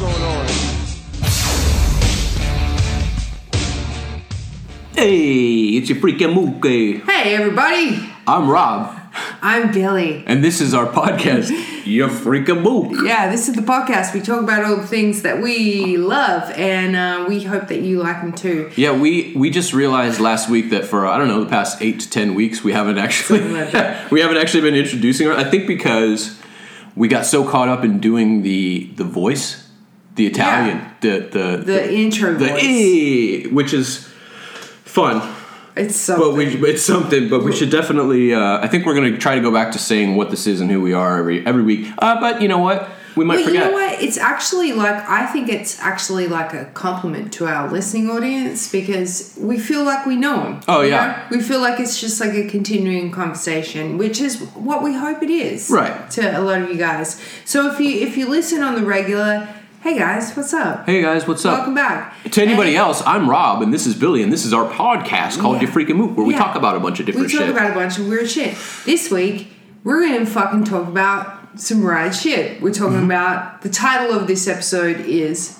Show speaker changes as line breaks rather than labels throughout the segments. going on?
Hey, it's your freaking Mookie.
Hey, everybody.
I'm Rob,
I'm Billy.
and this is our podcast, Your Freaking Mook.
Yeah, this is the podcast. We talk about all the things that we love, and uh, we hope that you like them too.
Yeah, we we just realized last week that for uh, I don't know the past eight to ten weeks we haven't actually
Something like that.
we haven't actually been introducing her. I think because we got so caught up in doing the the voice, the Italian, the the
The intro
the,
voice.
"eh," which is fun.
It's so.
But we, it's something. But we should definitely. Uh, I think we're going to try to go back to saying what this is and who we are every every week. Uh, but you know what? We might
but you
forget.
know what? It's actually like I think it's actually like a compliment to our listening audience because we feel like we know them.
Oh,
you
yeah.
know? we feel like it's just like a continuing conversation, which is what we hope it is.
Right.
To a lot of you guys. So if you if you listen on the regular, hey guys, what's up?
Hey guys, what's
Welcome
up?
back.
To anybody
And-
else, I'm Rob, and this is Billy, and this is our podcast called
Yeah.
Your Freaking Moot, where we
Yeah.
talk about a bunch of different
We talk
shit.
about a bunch of weird shit. This week, we're going to fucking talk about some rad shit. We're talking
Mm-hmm.
about the title of this episode is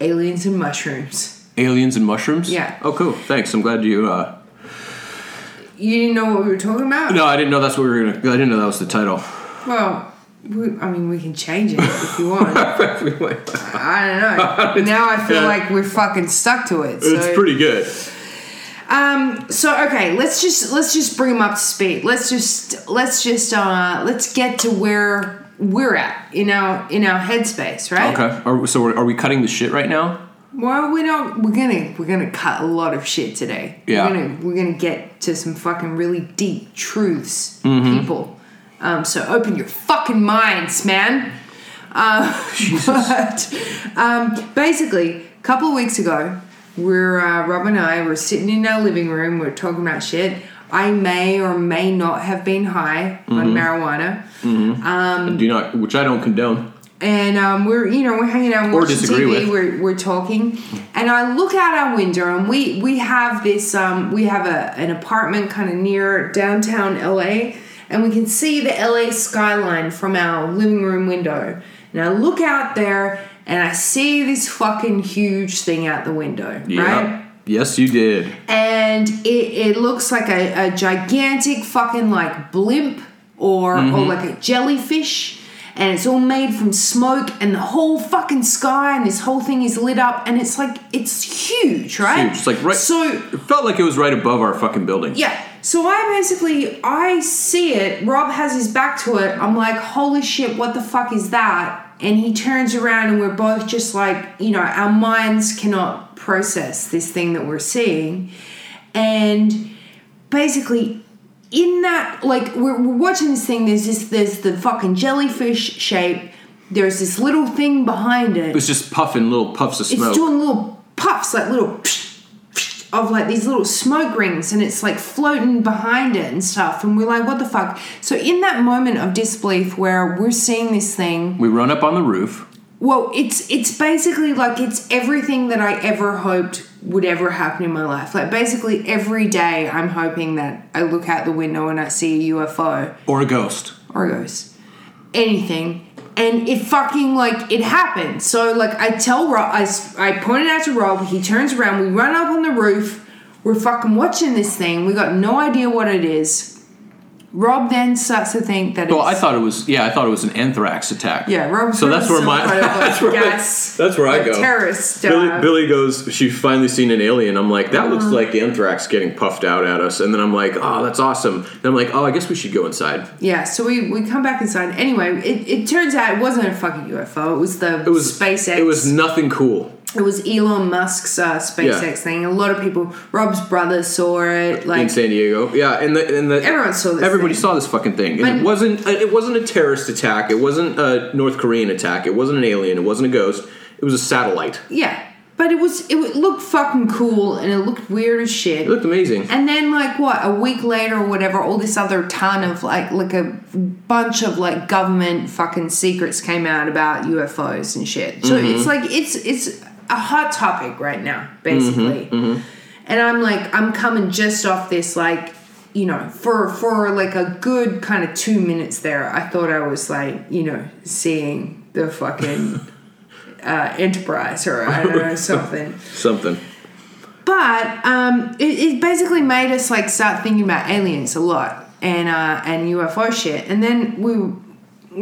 Aliens and Mushrooms.
Aliens and mushrooms.
Yeah.
Oh, cool. Thanks. I'm glad you. Uh...
You didn't know what we were talking about?
No, I didn't know that's what we were gonna. I didn't know that was the title.
Well, we, I mean, we can change it if you want. I I don't know. Now I feel
Yeah.
like we're fucking stuck to it. So.
it's pretty good.
Um. So okay, let's just let's just bring them up to speed. Let's just let's just uh let's get to where we're at in our in our headspace, right?
Okay. Are, so are, are we cutting the shit right now?
Well, we don't. We're gonna we're gonna cut a lot of shit today.
Yeah.
We're gonna we're gonna get to some fucking really deep truths, people. Um. So open your fucking minds, man. Uh, But um, basically, a couple of weeks ago, we're uh, Rob and I were sitting in our living room. We're talking about shit. I may or may not have been high on marijuana, Um,
Do not, which I don't condone.
and um, we're you know we're hanging out,
Or
we're watching
disagree
TV,
with.
we're we're talking, and I look out our window, and we we have this um, we have a an apartment kind of near downtown LA, and we can see the LA skyline from our living room window, and I look out there. And I see this fucking huge thing out the window, right?
Yeah. Yes, you did.
and it, it looks like a, a gigantic fucking like blimp or or
Mm-hmm.
like a jellyfish and it's all made from smoke and the whole fucking sky and this whole thing is lit up and it's like it's huge right
Huge. It's like right-
so
It felt like it was right above our fucking building.
yeah. So I basically I see it. Rob has his back to it. I'm like, holy shit, what the fuck is that? And he turns around and we're both just like, you know, our minds cannot process this thing that we're seeing. And basically in that like we're, we're watching this thing, there's this there's the fucking jellyfish shape. There's this little thing behind it.
It was just puffing little puffs of
It's
smoke.
doing little puffs, like little psh, psh, of like these little smoke rings, and it's like floating behind it and stuff. And we're like, what the fuck? So in that moment of disbelief where we're seeing this thing,
we run up on the roof.
well, it's it's basically like it's everything that I ever hoped would ever happen in my life. Like basically every day, I'm hoping that I look out the window and I see a UFO
Or a ghost.
or goes anything and it fucking like it happened so like i tell rob i, s- I pointed out to rob he turns around we run up on the roof we're fucking watching this thing we got no idea what it is rob then starts to think that
Well, I
it's
thought it was yeah. I thought it was an anthrax attack.
yeah rob
So that's where my that's where,
yes
that's where I go.
terrorist uh,
Billy, Billy goes. She's finally seen an alien. I'm like, that looks
Uh-huh.
like anthrax getting puffed out at us. And then I'm like, oh, that's awesome. And I'm like, oh, I guess we should go inside.
yeah so we, we come back inside anyway it, it turns out it wasn't a fucking ufo it was the
It was
spacex
It was nothing cool.
it was Elon Musk's uh, SpaceX
Yeah.
thing. A lot of people, Rob's brother saw it. Like
in San Diego. Yeah, and the and the
Everyone saw this
Everybody
thing.
saw this fucking thing. And
But-
it wasn't it wasn't a terrorist attack. It wasn't a North Korean attack. It wasn't an alien. It wasn't a ghost. It was a satellite.
yeah, but it was it looked fucking cool and it looked weird as shit.
It looked amazing.
and then like what a week later or whatever, all this other ton of like like a bunch of like government fucking secrets came out about UFOs and shit. So it's like it's it's a hot topic right now, basically. And I'm like I'm coming just off this like you know for for like a good kind of two minutes there, I thought I was like you know seeing the fucking. uh, Enterprise or I don't know something.
Something.
But um, it, it basically made us like start thinking about aliens a lot and uh, and UFO shit. And then we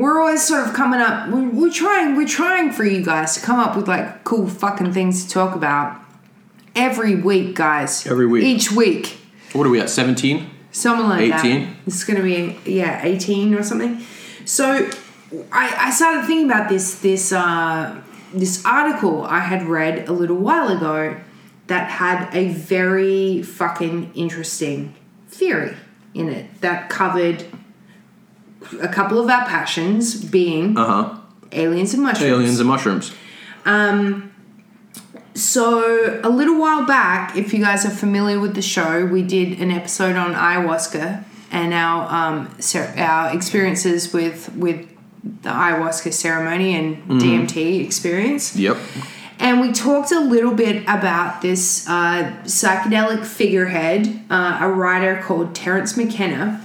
we're always sort of coming up. We, we're trying we're trying for you guys to come up with like cool fucking things to talk about every week, guys.
Every week.
Each week.
What are we at? Seventeen.
Something like that.
18?
It's going to be yeah, eighteen or something. So I, I started thinking about this this uh, this article I had read a little while ago that had a very fucking interesting theory in it that covered a couple of our passions being
Uh huh.
aliens and mushrooms.
Aliens and mushrooms.
So, a little while back, if you guys are familiar with the show, we did an episode on ayahuasca and our um, cer- our experiences with with the ayahuasca ceremony and DMT experience.
Yep.
And we talked a little bit about this uh, psychedelic figurehead, uh, a writer called Terrence McKenna,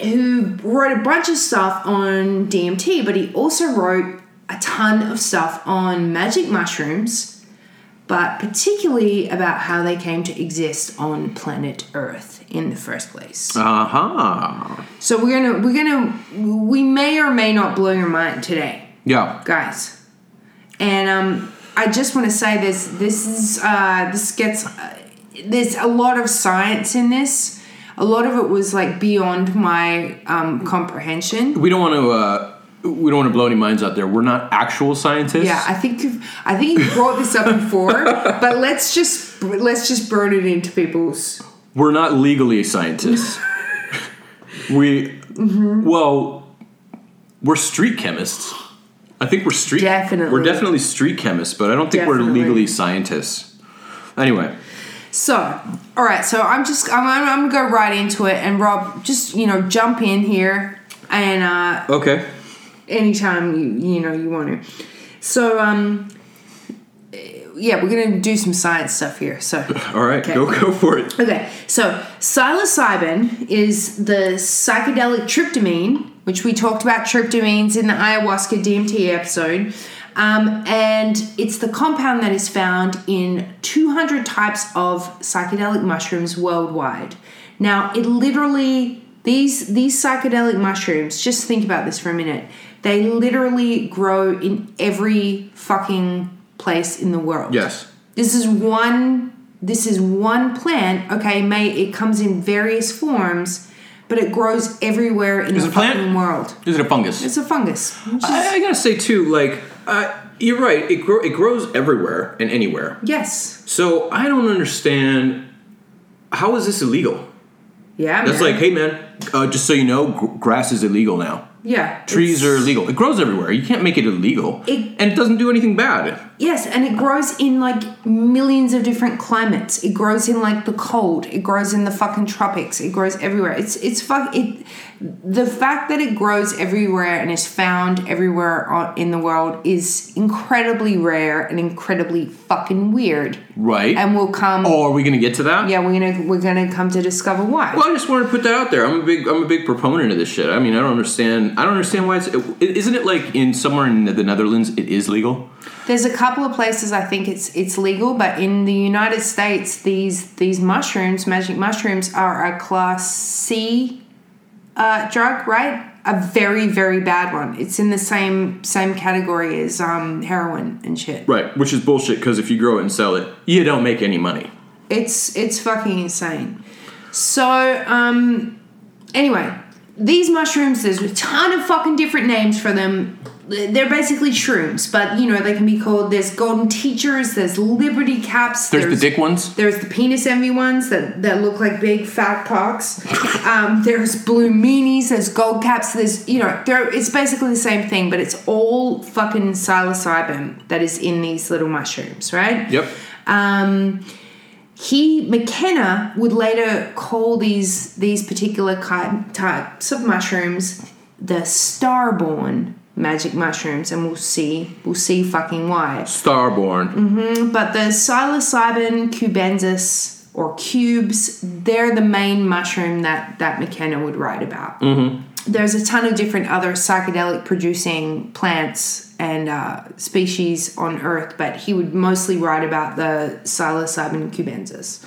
who wrote a bunch of stuff on DMT, but he also wrote a ton of stuff on magic mushrooms, but particularly about how they came to exist on planet Earth in the first place.
Uh huh.
So we're gonna we're gonna we may or may not blow your mind today
Yeah.
guys. And um, I just want to say this: this is uh, this gets uh, there's a lot of science in this. A lot of it was like beyond my um, comprehension.
We don't want to. Uh, we don't want to blow any minds out there. We're not actual scientists.
Yeah, I think you've, I think you brought this up before, but let's just let's just burn it into people's.
We're not legally scientists. we.
Mm-hmm.
Well, we're street chemists. I think we're street.
Definitely.
We're definitely street chemists, but I don't think we're
Definitely.
legally scientists. Anyway.
So, all right. So I'm just I'm, I'm, I'm gonna go right into it, and Rob, just you know, jump in here and uh,
Okay.
anytime you you know you want to. So um, eh, yeah, we're gonna do some science stuff here. So
All right.
Okay.
Go go for it.
okay, so psilocybin is the psychedelic tryptamine, which we talked about tryptamines in the ayahuasca DMT episode. Um, and it's the compound that is found in 200 types of psychedelic mushrooms worldwide. Now, it literally these these psychedelic mushrooms, just think about this for a minute. They literally grow in every fucking place in the world.
Yes.
This is one this is one plant, okay, may it comes in various forms, but it grows everywhere in
Is
the
it a plant?
fucking world.
Is it a fungus?
It's a fungus. which is-
I, I gotta say too, like uh, you're right. It grow it grows everywhere and anywhere.
yes.
So I don't understand how is this illegal?
Yeah.
That's
man.
like, hey man, uh, just so you know, gr- grass is illegal now.
yeah.
Trees are
it's-
illegal. It grows everywhere. You can't make it illegal,
It-
and it doesn't do anything bad.
Yes, and it grows in like millions of different climates. It grows in like the cold. It grows in the fucking tropics. It grows everywhere. It's it's fuck it. The fact that it grows everywhere and is found everywhere on, in the world is incredibly rare and incredibly fucking weird.
Right?
And we'll come.
oh, are we gonna get to that?
Yeah, we're gonna we're gonna come to discover why.
Well, I just wanted to put that out there. I'm a big, I'm a big proponent of this shit. I mean, I don't understand. I don't understand why it's. It, isn't it like in somewhere in the Netherlands it is legal?
There's a couple of places I think it's it's legal, but in the United States, these these mushrooms, magic mushrooms, are a class C uh, drug, right? A very very bad one. It's in the same same category as um, heroin and shit.
Right, which is bullshit because if you grow it and sell it, you don't make any money.
It's it's fucking insane. So um, anyway, these mushrooms. There's a ton of fucking different names for them. They're basically shrooms, but you know they can be called. There's golden teachers. There's liberty caps.
There's, the dick ones.
There's the penis envy ones that, that look like big fat cocks. Um, there's blue meanies. There's gold caps. There's you know there. It's basically the same thing, but it's all fucking psilocybin that is in these little mushrooms, right?
Yep.
Um, he McKenna would later call these these particular ki- types of mushrooms the starborn magic mushrooms, and we'll see we'll see fucking why.
Starborn.
Mm-hmm. But the psilocybin cubensis or cubes, they're the main mushroom that that McKenna would write about. there's a ton of different other psychedelic producing plants and uh, species on Earth, but he would mostly write about the psilocybin cubensis.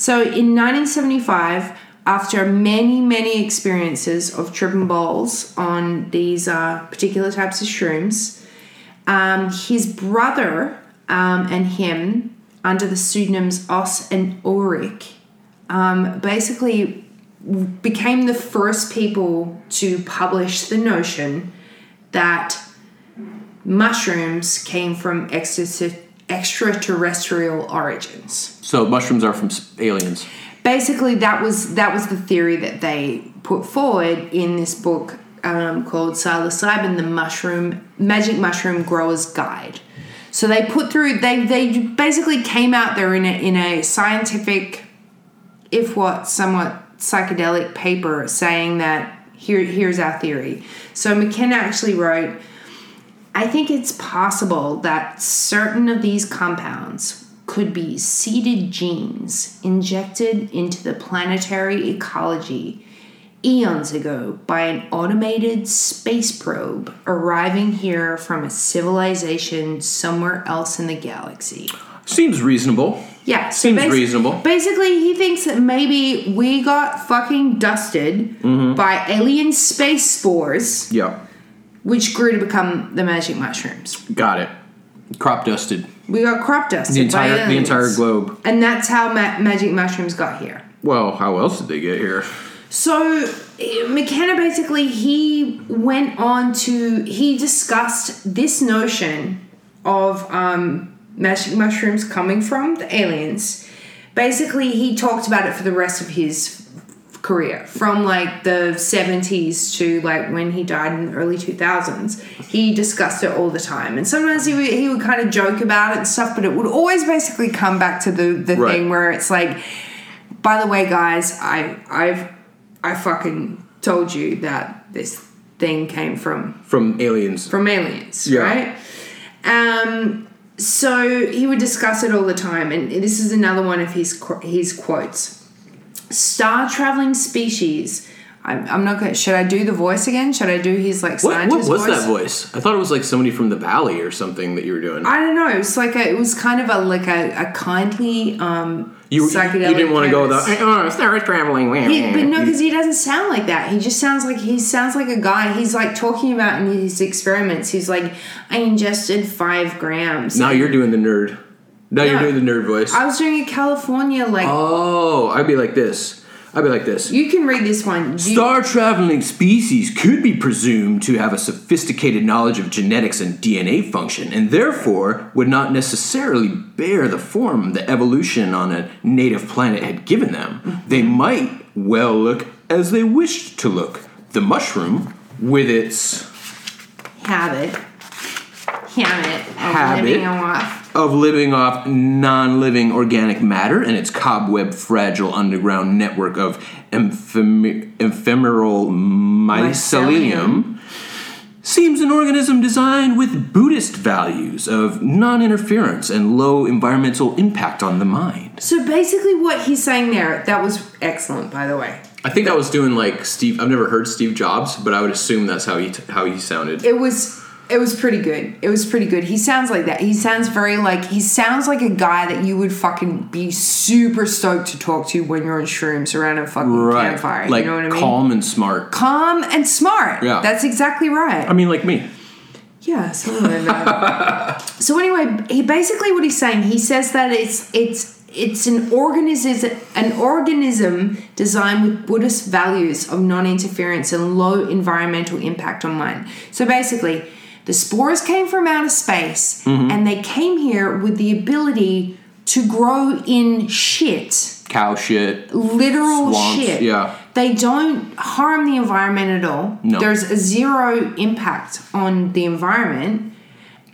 So in 1975, after many, many experiences of tripping balls on these uh, particular types of shrooms, um, his brother um, and him, under the pseudonyms Os and Ulrich, um, basically became the first people to publish the notion that mushrooms came from extra- extraterrestrial origins.
So mushrooms are from s- aliens.
Basically, that was that was the theory that they put forward in this book um, called Psilocybin: The Mushroom Magic Mushroom Grower's Guide. So they put through they they basically came out there in a in a scientific if what somewhat psychedelic paper saying that here here's our theory. So McKenna actually wrote, I think it's possible that certain of these compounds could be seeded genes injected into the planetary ecology eons ago by an automated space probe arriving here from a civilization somewhere else in the galaxy.
Seems reasonable.
Yeah, so
Seems
basi-
reasonable.
Basically, he thinks that maybe we got fucking dusted
Mm-hmm.
by alien space spores,
Yeah.
which grew to become the magic mushrooms.
Got it. Crop dusted
We got crop dusted
the
by
entire the
aliens.
entire globe.
and that's how ma- magic mushrooms got here.
Well, how else did they get here?
So eh, McKenna basically he went on to he discussed this notion of um, magic mushrooms coming from the aliens. Basically, he talked about it for the rest of his career from like the 70s to like when he died in the early 2000s he discussed it all the time and sometimes he would, he would kind of joke about it and stuff but it would always basically come back to the, the
Right.
thing where it's like by the way guys i i've i fucking told you that this thing came from
From aliens.
from aliens
Yeah.
right um so he would discuss it all the time and this is another one of his qu- his quotes star traveling species I'm, I'm not going to should i do the voice again should i do his like
What, what
scientist
was
voice
that voice? I thought it was like somebody from the valley or something that you were doing.
i don't know it was like a, it was kind of a like a, a kindly um
you, you
psychedelic
didn't want to go
canvas.
with the, oh, star traveling.
He,
Mm.
but no, because he doesn't sound like that. He just sounds like he sounds like a guy. He's like talking about in his experiments. He's like, I ingested five grams.
now you're doing the nerd. Now you're
No.
doing the nerd voice.
I was doing a California like.
oh, I'd be like this. I'd be like this.
You can read this one. You-
Star traveling species could be presumed to have a sophisticated knowledge of genetics and DNA function, and therefore would not necessarily bear the form the evolution on a native planet had given them. They might well look as they wished to look. The mushroom, with its
habit. Habit. Of
Habit.
Living a life.
of living off non living organic matter and its cobweb fragile underground network of ephemer- ephemeral mycelium, seems an organism designed with Buddhist values of non interference and low environmental impact on the mind.
So basically, what he's saying there, that was excellent, by the way.
I think I was doing like Steve, I've never heard Steve Jobs, but I would assume that's how he, how he sounded.
It was. It was pretty good. It was pretty good. He sounds like that. He sounds very like he sounds like a guy that you would fucking be super stoked to talk to when you're on shrooms around a fucking campfire.
Like
you know what I mean?
calm and smart.
Calm and smart.
Yeah.
That's exactly right.
I mean, like me.
Yeah, something like that. so anyway, he basically what he's saying, he says that it's it's it's an organism an organism designed with Buddhist values of non-interference and low environmental impact on mind. So basically, the spores came from outer space and they came here with the ability to grow in shit
Cow shit.
literal
Swamps,
shit.
yeah.
They don't harm the environment at all.
No.
There's a zero impact on the environment.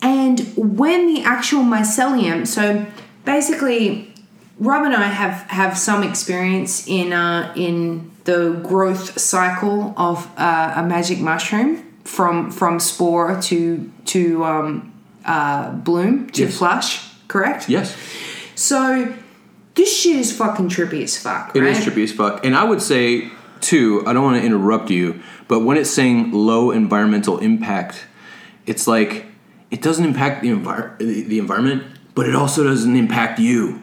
And when the actual mycelium, so basically, Rob and I have, have some experience in uh, in the growth cycle of uh, a magic mushroom from from spore to to um, uh, bloom to
Yes.
flush. Correct.
Yes.
So this shit is fucking trippy as fuck.
It
right?
is trippy as fuck. And I would say Two, I don't want to interrupt you, but when it's saying low environmental impact, it's like it doesn't impact the envir- the the environment, but it also doesn't impact you.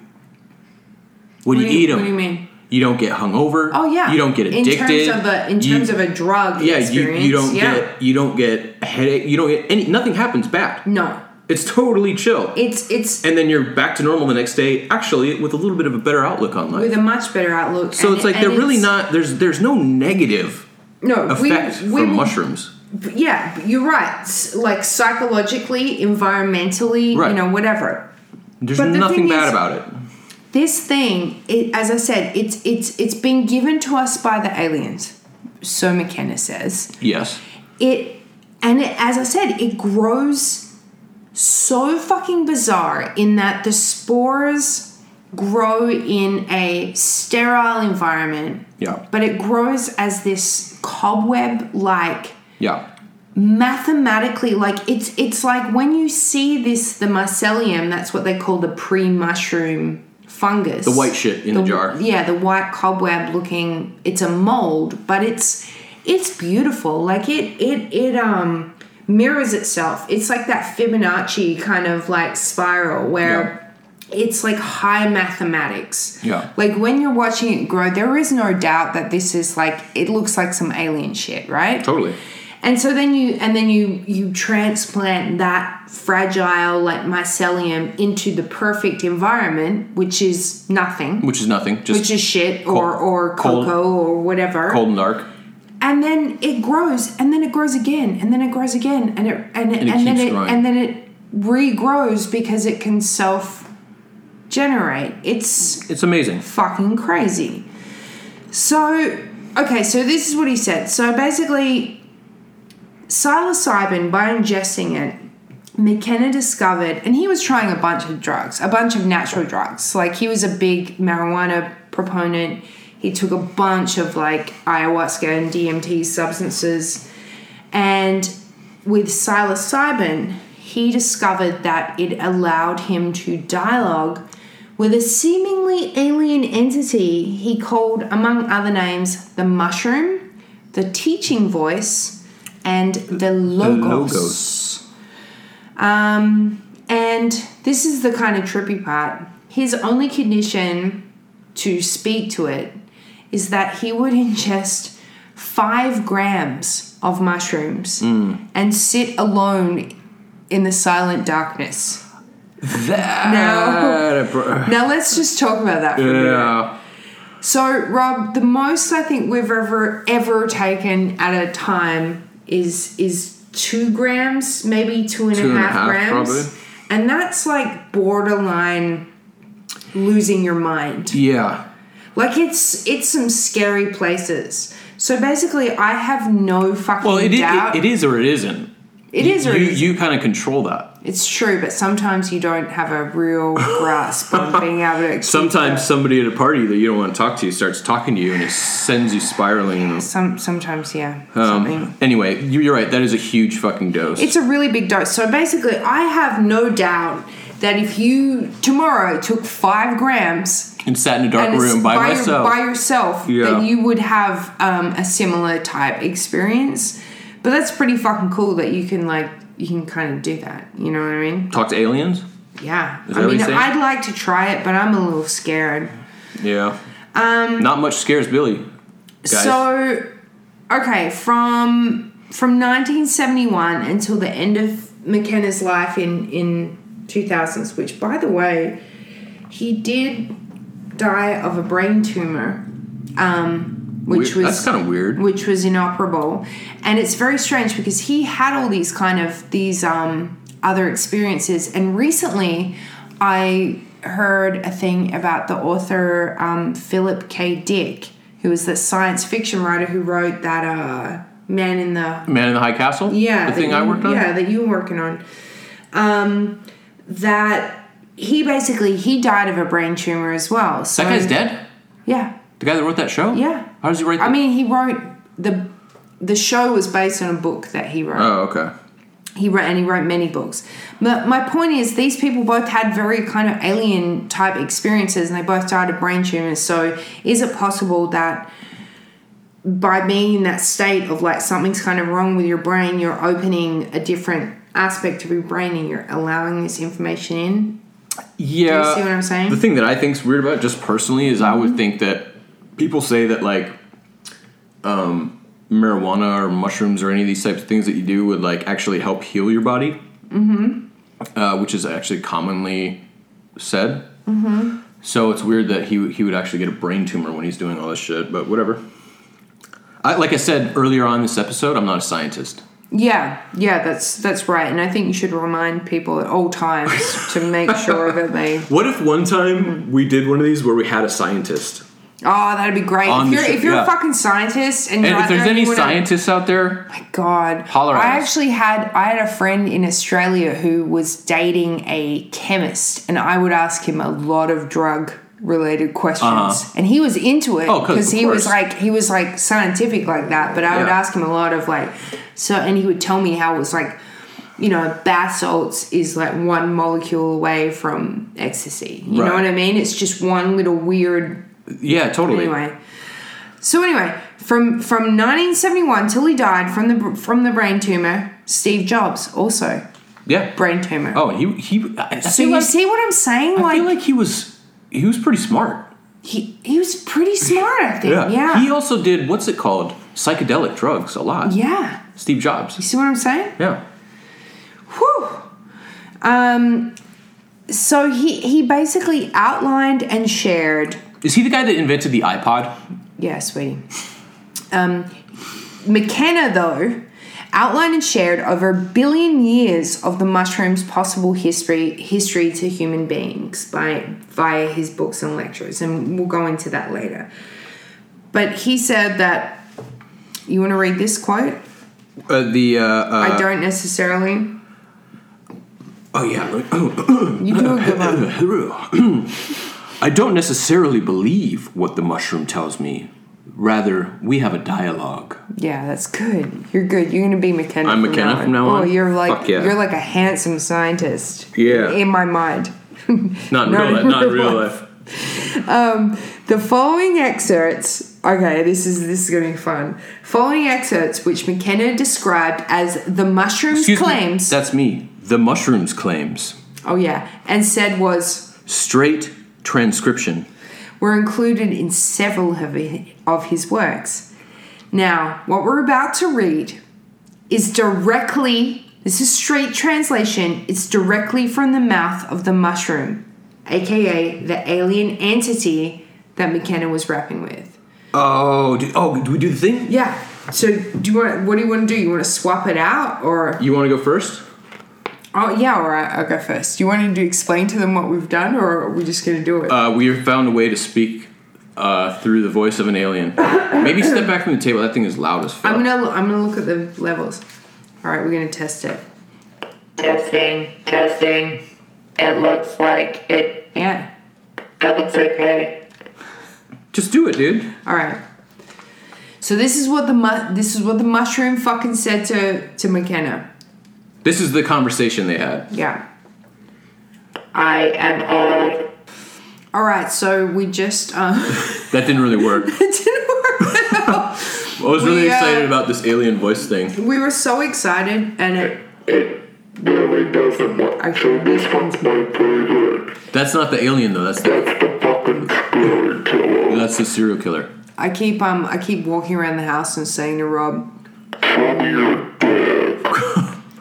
When
What
you
do you-
eat them,
what do you mean?
don't get hungover.
Oh yeah.
you don't get addicted.
In terms of a, in
You-
terms of a drug
yeah, you,
experience.
you don't
yeah.
get you don't get a headache. You don't get any. Nothing happens bad.
No.
It's totally chill.
It's it's
and then you're back to normal the next day, actually with a little bit of a better outlook on life.
with a much better outlook.
so
and-
it's like
and
they're really
it's-
not. There's there's no negative
no
effect
we, we
from
will-
mushrooms.
Yeah, you're right. S- Like psychologically, environmentally,
Right.
you know, whatever.
There's
but the
nothing
thing
bad
is-
about it.
this thing it, as i said it's it's it's been given to us by the aliens so mckenna says
Yes.
it and it, as i said it grows so fucking bizarre in that the spores grow in a sterile environment
Yeah.
but it grows as this cobweb like
Yeah.
mathematically like it's it's like when you see this the mycelium that's what they call the pre-mushroom fungus the
white shit in the jar.
yeah the white cobweb looking it's a mold but it's it's beautiful like it it it um mirrors itself it's like that fibonacci kind of like spiral where it's like high mathematics
Yeah.
like when you're watching it grow there is no doubt that this is like it looks like some alien shit right
Totally.
and so then you and then you you transplant that fragile like mycelium into the perfect environment, which is nothing,
Which is nothing. Just
which is shit or
Cold-
or
cold-
cocoa or whatever.
cold and dark.
And then it grows, and then it grows again, and then it grows again, and it and it,
And
and,
it
then
keeps
it
growing.
and then it regrows because it can self generate. It's
It's amazing.
fucking crazy. So, okay, so this is what he said. So basically, psilocybin, by ingesting it, McKenna discovered, and he was trying a bunch of drugs, a bunch of natural drugs. Like, he was a big marijuana proponent. He took a bunch of like ayahuasca and DMT substances. And with psilocybin, he discovered that it allowed him to dialogue with a seemingly alien entity he called, among other names, the mushroom, the teaching voice, and the logos.
logos.
Um, and this is the kind of trippy part. His only condition to speak to it is that he would ingest five grams of mushrooms
Mm.
and sit alone in the silent darkness.
That.
Now let's just talk about that for a minute.
Yeah.
So, Rob, the most I think we've ever ever taken at a time is is two grams, maybe two and a half
Two and a half,
grams,
probably.
and that's like borderline losing your mind.
Yeah.
Like it's it's some scary places. So basically, I have no fucking
Well, it,
doubt.
i- it is or it isn't.
it is or
you,
it isn't.
You kind of control that.
It's true, but sometimes you don't have a real grasp on being able to.
Sometimes somebody at a party that you don't want to talk to starts talking to you and it sends you spiraling. and-
Some sometimes, yeah. something.
Um, anyway, you- you're right. That is a huge fucking dose.
It's a really big dose. So basically, I have no doubt that if you tomorrow took five grams
and sat in a dark
and it's
room by,
your-
myself.
by yourself,
Yeah.
that you would have um, a similar type experience. But that's pretty fucking cool that you can like you can kind of do that. You know what I mean?
Talk to aliens.
Yeah.
that
I
what
mean,
he's saying?
I'd like to try it, but I'm a little scared.
Yeah. Um. Not much scares Billy. Guys.
So, okay, from from 1971 until the end of McKenna's life in in 2000s, which by the way, he did die of a brain tumor, um,
Weird-
which was
that's kind of weird.
which was inoperable, and it's very strange because he had all these kind of these um, other experiences, and recently, I heard a thing about the author um, Philip K. Dick, who was the science fiction writer who wrote that uh, Man in the
Man in the High Castle.
yeah,
The
that
thing I
you-
worked on.
Yeah, that you were working on. Um, that he basically he died of a brain tumor as well. So
That guy's dead.
Yeah,
The guy that wrote that show.
Um, Yeah.
How does he write?
I
that?
mean he wrote the the show was based on a book that he wrote.
Oh, okay.
He wrote and he wrote many books. But my point is, these people both had very kind of alien type experiences, and they both died of brain tumors. So, is it possible that by being in that state of like something's kind of wrong with your brain, you're opening a different aspect of your brain and you're allowing this information in.
Yeah.
see what I'm saying? Mm-hmm.
The thing that I think's weird about it, just personally is I would think that people say that like um, marijuana or mushrooms or any of these types of things that you do would like actually help heal your body, mm-hmm. uh, which is actually commonly said. Mm-hmm. So it's weird that he would- he would actually get a brain tumor when he's doing all this shit, but whatever. I, like I said earlier on in this episode, I'm not a scientist.
Yeah, yeah, that's that's right. And I think you should remind people at all times to make sure that they
What if one
Mm-hmm.
time we did one of these where we had a scientist?
Oh, that'd be great.
On
If
the
you're
show,
if you're
yeah.
a fucking scientist and, you're
And if
out
there's
there and
any
you wanna-
scientists out there,
God,
Holler at
I
us.
actually had I had a friend in Australia who was dating a chemist, and I would ask him a lot of drug related questions, and he was into it
Uh-huh. Oh, 'cause- of
he was
course.
like he was like scientific like that. But I would
Yeah.
ask him a lot of like so, and he would tell me how it was like. You know, bath salts is like one molecule away from ecstasy. You
Right.
know what I mean? It's just one little weird
Yeah, totally.
anyway. So anyway, from from 1971 till he died from the from the brain tumor, Steve Jobs also
Yeah.
brain tumor.
Oh, he he. I, I
so
feel
you
like,
see what I'm saying?
I
Like,
feel like he was he was pretty smart.
he he was pretty smart, I think. Yeah.
He
Yeah.
also did what's it called psychedelic drugs a lot. Steve
You
Jobs.
see what I'm saying?
Yeah.
Whew. Um so he he basically outlined and shared
Is he the guy that invented the iPod?
Yeah, sweetie. Um, McKenna, though, outlined and shared over a billion years of the mushroom's possible history history to human beings by via his books and lectures, and we'll go into that later. But he said that you want to read this quote.
Uh, the uh, uh,
I don't necessarily.
oh yeah.
You do a good one.
oh, I don't necessarily believe what the mushroom tells me. Rather, we have a dialogue.
Yeah, that's good. You're good. You're gonna be McKenna.
I'm McKenna from now
Oh,
on?
you're like
Fuck yeah.
you're like a handsome scientist.
Yeah.
In my mind.
Not in
Not
real
in
life. Not in
real
real
life.
life.
The following excerpts, okay, this is this is gonna be fun. Following excerpts, which McKenna described as the mushroom's
Excuse me,
claims.
That's me. The mushrooms claims.
oh yeah, and said was
Straight transcription.
were included in several of his, of his works. Now, what we're about to read is directly. This is straight translation. It's directly from the mouth of the mushroom, aka the alien entity that McKenna was rapping with.
Oh, do, oh, do we do the thing?
Yeah. So do you want? What do you want to do? You want to swap it out, or
You want to go first?
oh yeah, all right, I'll go first. Do you want to explain to them what we've done, or are we just gonna do it?
Uh, we have found a way to speak uh, through the voice of an alien. Maybe step back from the table. That thing is loud as fuck.
I'm gonna I'm gonna look at the levels. All right, we're gonna test it.
Testing, testing. It looks like it.
Yeah.
That looks okay.
Just do it, dude.
All right. So this is what the mu- this is what the mushroom fucking said to to McKenna.
This is the conversation they had.
Yeah.
I am old.
All right. So we just um,
That didn't really work.
it didn't work.
I was really
We, uh,
excited about this alien voice thing.
we were so excited, and it
It really doesn't work. So this one's my favorite.
That's not the alien though. That's the,
That's the fucking spirit killer.
that's the serial killer.
I keep um I keep walking around the house and saying to Rob
Show me your dick.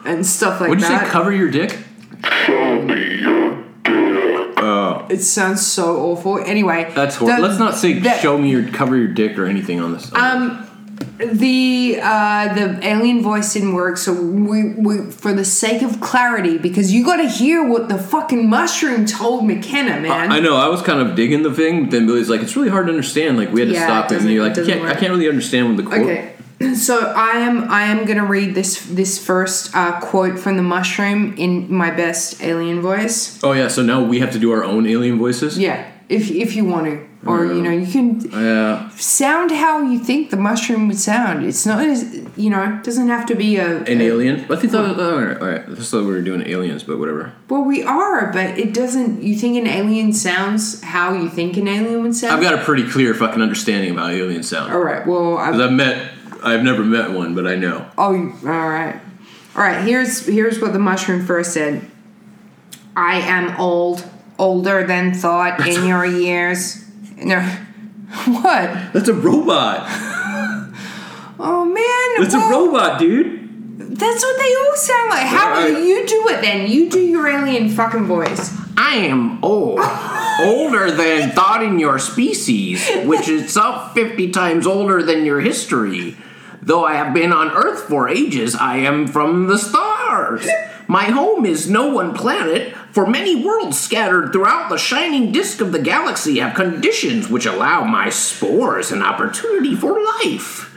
and stuff like
Would you say
that.
cover your dick?
Show me your dick.
It sounds so awful. Anyway,
That's horrible.
the-
Let's not say
the-
show me your cover your dick or anything on this.
Um, the uh, the alien voice didn't work, so we, we for the sake of clarity, because you got to hear what the fucking mushroom told McKenna, man.
I know I was kind of digging the thing, but then Billy's like, "It's really hard to understand." Like we had to
Yeah, it
stop it, and
doesn't-
you're
it
like, I
doesn't
can't, "I
work.
can't really understand what the quote."
okay, so I am I am gonna read this this first uh, quote from the mushroom in my best alien voice.
Oh yeah, so now we have to do our own alien voices.
Yeah, if if you want to, or you know, you can
Yeah.
sound how you think the mushroom would sound. It's not as you know, it doesn't have to be a.
An alien? I think that, all right, all right. I just thought we were doing aliens, but whatever.
well, we are, but it doesn't. You think an alien sounds how you think an alien would sound?
I've got a pretty clear fucking understanding about alien sound.
All right. Well, I,
'Cause I've met, I've never met one, but I know.
Oh, you- all right. All right. Here's here's what the mushroom first said. I am old, older than thought in your years. No, what?
That's a robot.
Oh man,
That's a
well,
robot, dude.
That's what they all sound like. How
All right.
you do it then? You do your alien fucking voice.
I am old. older than thought in your species, which is some 50 times older than your history. Though I have been on Earth for ages, I am from the stars. My home is no one planet, for many worlds scattered throughout the shining disk of the galaxy have conditions which allow my spores an opportunity for life.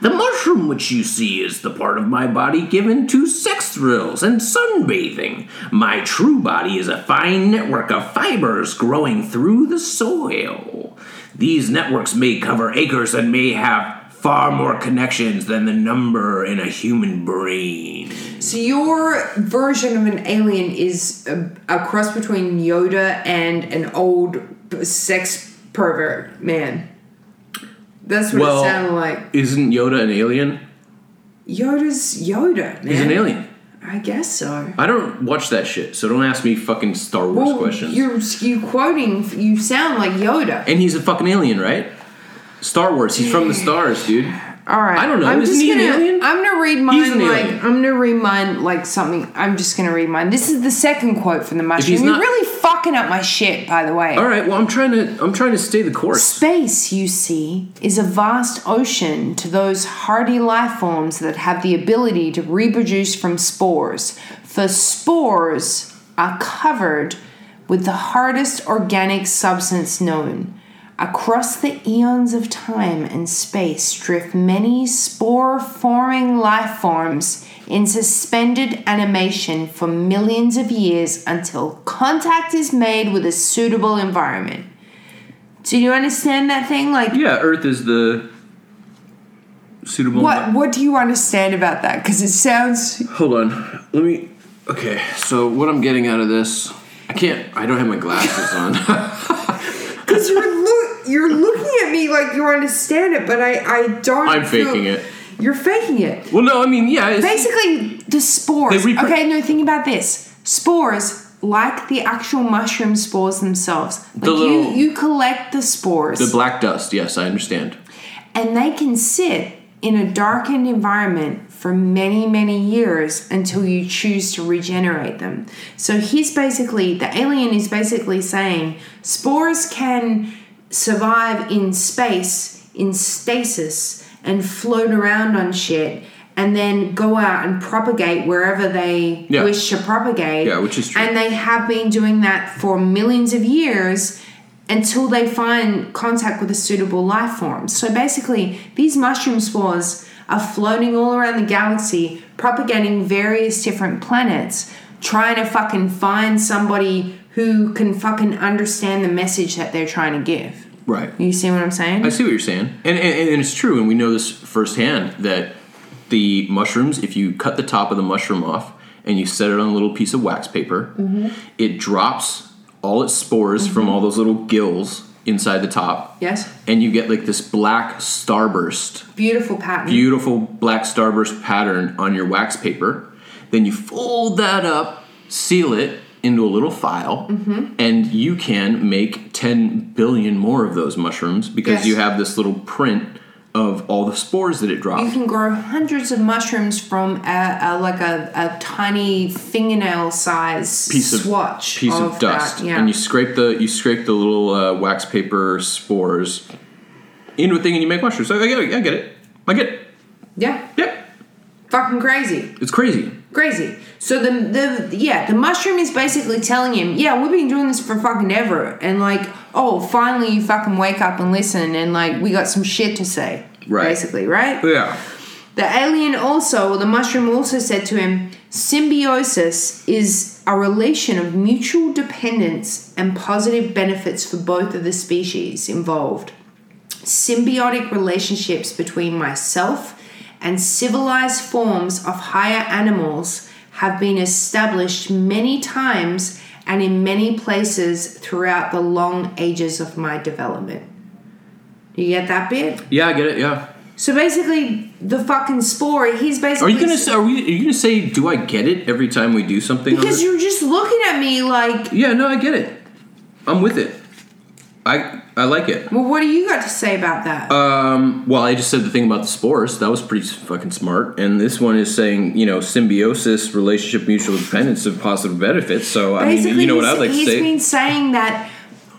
The mushroom which you see is the part of my body given to sex thrills and sunbathing. My true body is a fine network of fibers growing through the soil. These networks may cover acres and may have far more connections than the number in a human brain.
So your version of an alien is a, a cross between Yoda and an old sex pervert man. That's what
Well-
it sounded like.
Isn't Yoda an alien?
Yoda's Yoda, man.
He's an alien.
I guess so.
I don't watch that shit, so don't ask me fucking Star Wars
Well,
questions.
You're you quoting. You sound like Yoda.
And he's a fucking alien, right? Star Wars. He's from the stars, dude.
All right.
I don't know,
I'm
isn't
just
he an
gonna,
alien?
I'm gonna read mine.
He's an
like
alien.
I'm gonna read mine like something. I'm just gonna read mine. This is the second quote from the mushroom.
he's
You're
not-
really fucking up my shit, by the way.
All right. Well, I'm trying to. I'm trying to stay the course.
Space, you see, is a vast ocean to those hardy life forms that have the ability to reproduce from spores, for spores are covered with the hardest organic substance known. Across the eons of time and space drift many spore forming life forms in suspended animation for millions of years until contact is made with a suitable environment. Do you understand that thing? Like,
Yeah. Earth is the suitable.
what what do you understand about that? Because it sounds
Hold on. Let me. Okay. So what I'm getting out of this, I can't. I don't have my glasses on.
because you're look you're looking at me like you understand it, but I I don't.
I'm faking it.
You're faking it.
well, no. I mean, yeah. It's,
Basically, the spores.
They repro-
okay, no. Think about this. Spores, like the actual mushroom spores themselves, like
The little-
you you collect the spores,
the black dust. Yes, I understand.
and they can sit in a darkened environment for many, many years until you choose to regenerate them. So he's basically, the alien is basically saying spores can survive in space, in stasis, and float around on shit. And then go out and propagate wherever they
Yeah.
wish to propagate.
Yeah, which is true.
And they have been doing that for millions of years until they find contact with a suitable life form. So basically, these mushroom spores are floating all around the galaxy, propagating various different planets, trying to fucking find somebody who can fucking understand the message that they're trying to give.
Right.
You see what I'm saying?
I see what you're saying, and, and and it's true, and we know this firsthand that the mushrooms, if you cut the top of the mushroom off and you set it on a little piece of wax paper, it drops all its spores from all those little gills inside the top,
yes.
and you get like this black starburst,
Beautiful pattern.
beautiful black starburst pattern on your wax paper. Then you fold that up, seal it into a little file,
Mm-hmm.
and you can make 10 billion more of those mushrooms because
Yes.
you have this little print of all the spores that it
you
dropped.
can grow hundreds of mushrooms from a, a like a, a tiny fingernail size
Piece of
swatch
piece of,
that,
dust,
yeah.
and you scrape the you scrape the little uh, wax paper spores into a thing, and you make mushrooms. So I get it. I get it. I get it.
yeah,
Yep,
fucking crazy.
it's crazy.
Crazy. So the the yeah, the mushroom is basically telling him, yeah, we've been doing this for fucking ever, and like, oh, finally you fucking wake up and listen, and like, we got some shit to say,
Right.
Basically, right?
Yeah.
The alien also, or the mushroom also said to him, symbiosis is a relation of mutual dependence and positive benefits for both of the species involved. Symbiotic relationships between myself and civilized forms of higher animals have been established many times and in many places throughout the long ages of my development. You get that bit?
Yeah, I get it. Yeah.
So basically, the fucking spore, he's
Are
basically.
you gonna say, are we are you gonna say do I get it every time we do something? on
Because
this?
you're just looking at me like,
yeah, no, I get it. I'm with it. I I like it.
well, what do you got to say about that?
Um, well, I just said the thing about the spores. That was pretty fucking smart. And this one is saying, you know, symbiosis, relationship, mutual dependence of positive benefits. So I mean, you know what
he's-
I'd like to
he's
say.
been saying that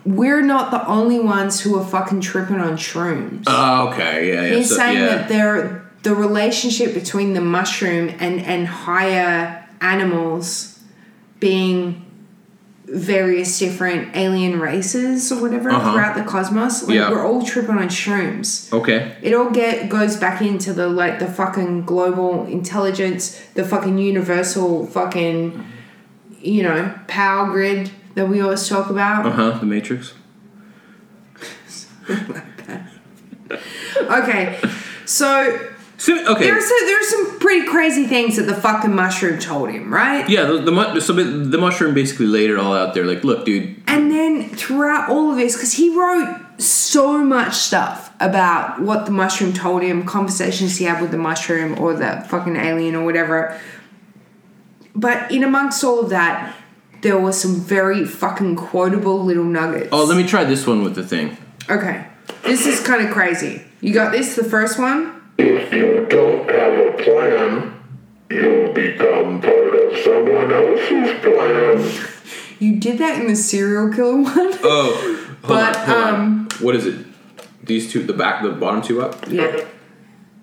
we're not the only ones who are fucking tripping on shrooms.
Oh, okay, yeah, yeah.
he's
so-
saying
yeah.
that they're, the relationship between the mushroom and, and higher animals being various different alien races or whatever
Uh-huh.
throughout the cosmos, like
Yeah.
we're all tripping on shrooms.
okay.
It all get goes back into the like the fucking global intelligence, the fucking universal fucking you know, power grid that we always talk about.
Uh huh. The Matrix.
Okay. So
So, okay.
there's so there's some pretty crazy things that the fucking mushroom told him, right?
yeah, the, the mu- so the mushroom basically laid it all out there. Like, look, dude,
And then throughout all of this, because he wrote so much stuff about what the mushroom told him, conversations he had with the mushroom or the fucking alien or whatever. But in amongst all of that, there were some very fucking quotable little nuggets.
oh, let me try this one with the thing.
Okay. This is kind of crazy. You got this, the first one?
If you don't have a plan, you'll become part of someone else's plan.
You did that in the serial killer one?
Oh, hold
But,
on,
um,
hold on. What is it? These two, the back, the bottom two up.
yeah.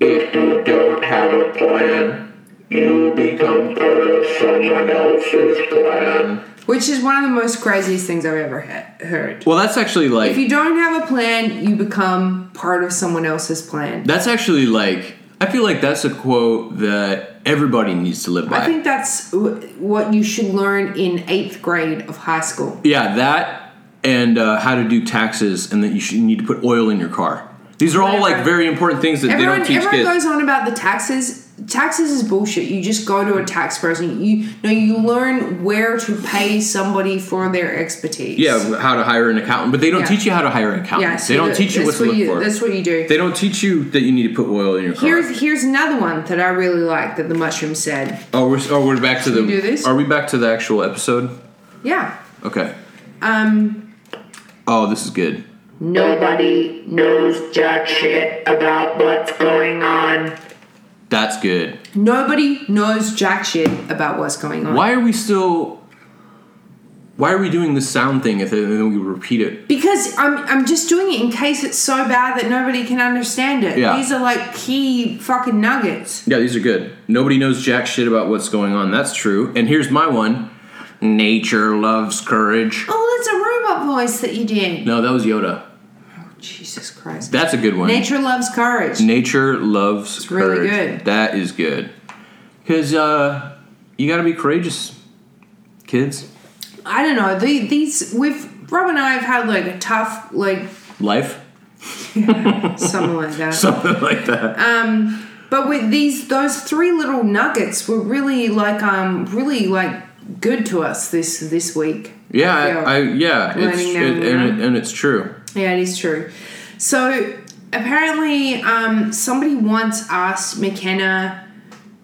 If you don't have a plan, you become part of someone else's plan.
Which is one of the most craziest things I've ever he- heard.
Well, that's actually like
If you don't have a plan, you become part of someone else's plan.
that's actually like I feel like that's a quote that everybody needs to live by.
I think that's w- what you should learn in eighth grade of high school.
yeah, that and uh, how to do taxes, and that you should you need to put oil in your car. These are all like
Whatever.
very important things that
Everyone,
they don't teach
everyone
kids.
goes on about the taxes. Taxes is bullshit. You just go to a tax person. You no, you learn where to pay somebody for their expertise.
yeah, how to hire an accountant, but they don't
Yeah.
teach you how to hire an accountant.
yeah. so
they don't
that-
teach you what
that's
to look
you,
for.
That's what you do.
They don't teach you that you need to put oil in your car.
Here's here's another one that I really like that the mushroom said.
oh, we're, oh, we're back to the.
we do this?
Are we back to the actual episode?
Yeah.
Okay.
Um.
Oh, this is good.
Nobody knows jack shit about what's going on.
That's good.
Nobody knows jack shit about what's going on.
Why are we still? Why are we doing this sound thing if then we repeat it?
Because I'm, I'm just doing it in case it's so bad that nobody can understand it.
Yeah.
These are like key fucking nuggets.
Yeah, these are good. Nobody knows jack shit about what's going on. That's true. And here's my one. Nature loves courage.
Oh, that's a robot voice that you did.
No, that was Yoda.
Jesus Christ.
That's a good one.
Nature loves courage.
Nature loves
really
courage.
good.
That is good. Cause uh, you got to be courageous, kids.
I don't know. The, these we've Rob and I have had like a tough like
Life,
something like that.
something like that.
But with these, those three little nuggets were really like um really like good to us this this week.
yeah,
I feel.
I, I yeah. It's,
Learning
it,
them,
and, it, and it's true.
Yeah, it is true. So apparently, um, somebody once asked McKenna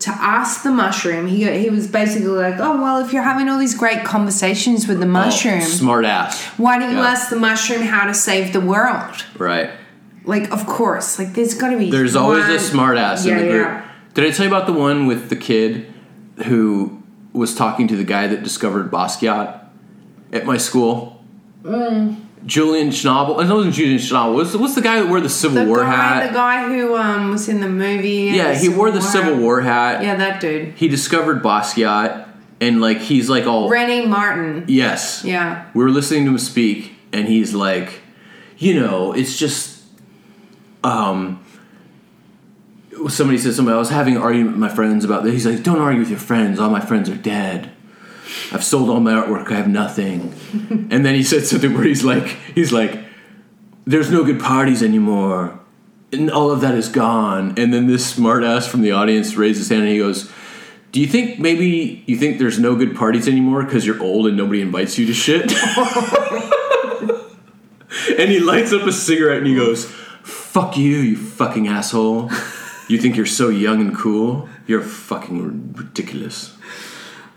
to ask the mushroom. He he was basically like, "Oh well, if you're having all these great conversations with the mushroom,
Oh, smart ass.
why don't you
yeah.
ask the mushroom how to save the world?"
Right.
Like, of course, like there's got to be
There's always
one-
a smart ass in
Yeah,
the group.
yeah.
Did I tell you about the one with the kid who was talking to the guy that discovered Basquiat at my school?
Mm.
Julian Schnabel. It wasn't Julian Schnabel. What's the, what's the guy that wore the Civil
The
War
guy,
hat?
the guy who um, was in the movie.
yeah, he wore the Civil War hat.
Yeah, that dude,
He discovered Basquiat, and like he's like all
Rennie Martin.
yes.
Yeah.
we were listening to him speak and he's like you know it's just um somebody said something i was having an argument with my friends about this he's like don't argue with your friends all my friends are dead I've sold all my artwork. I have nothing. and then he said something where he's like, he's like, there's no good parties anymore. And all of that is gone. And then this smart ass from the audience raises his hand and he goes, do you think maybe you think there's no good parties anymore because you're old and nobody invites you to shit? and he lights up a cigarette and he goes, "Fuck you, you fucking asshole! You think you're so young and cool? You're fucking ridiculous."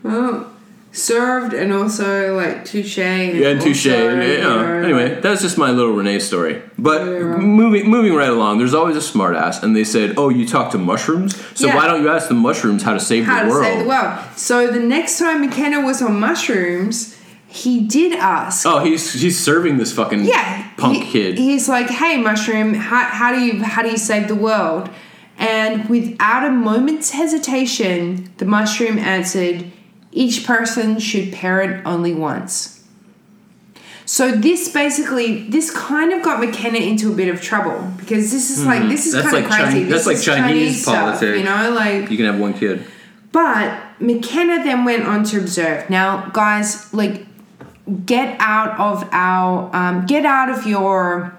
Well, served and also like touche. And
Yeah, and touche.
also,
Yeah,
you know,
Anyway, that's just my little Renee story. But
Yeah.
moving moving right along, there's always a smartass, and they said, "Oh, you talk to mushrooms, so
Yeah.
why don't you ask the mushrooms how to save
how
the
to
world?"
save the world. So the next time McKenna was on mushrooms, he did ask.
Oh, he's he's serving this fucking
yeah,
punk
he-
kid.
He's like, "Hey, mushroom, how, how do you how do you save the world?" And without a moment's hesitation, the mushroom answered, "Each person should parent only once." So this basically this kind of got McKenna into a bit of trouble because this is like this is
Mm-hmm. That's
kind of
like
crazy.
Chinese- that's
This
like
is
Chinese
stuff, you
politics.
know, like
you can have one kid.
but McKenna then went on to observe. Now, guys, like, get out of our, um, get out of your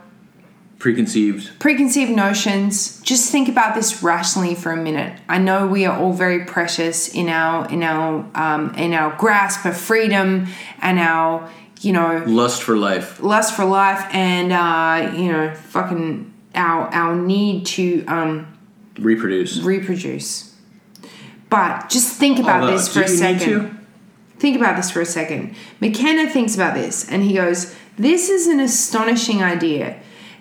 Preconceived.
preconceived notions. Just think about this rationally for a minute. I know we are all very precious in our, in our, um, in our grasp of freedom and our, you know,
Lust for life.
lust for life and uh, you know, fucking our our need to um,
Reproduce.
reproduce. But just think about
Although,
this for
do
a
you need
second.
to?
Think about this for a second. McKenna thinks about this and he goes, This is an astonishing idea.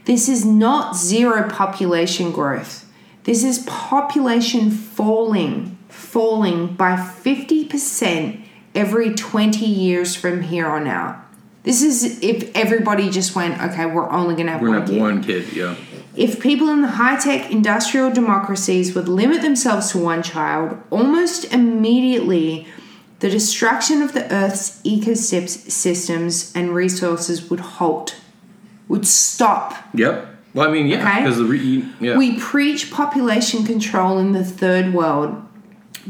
This is not zero population growth. This is population falling, falling by 50% every 20 years from here on out. This is if everybody just went, okay, we're only going to have
We're
one
gonna have
kid."
one kid, yeah.
If people in the high tech industrial democracies would limit themselves to one child, almost immediately the destruction of the Earth's ecosystems and resources would halt, would stop.
Yep. Well, I mean, yeah,
Okay.
because the re- you- yeah.
We preach population control in the third world,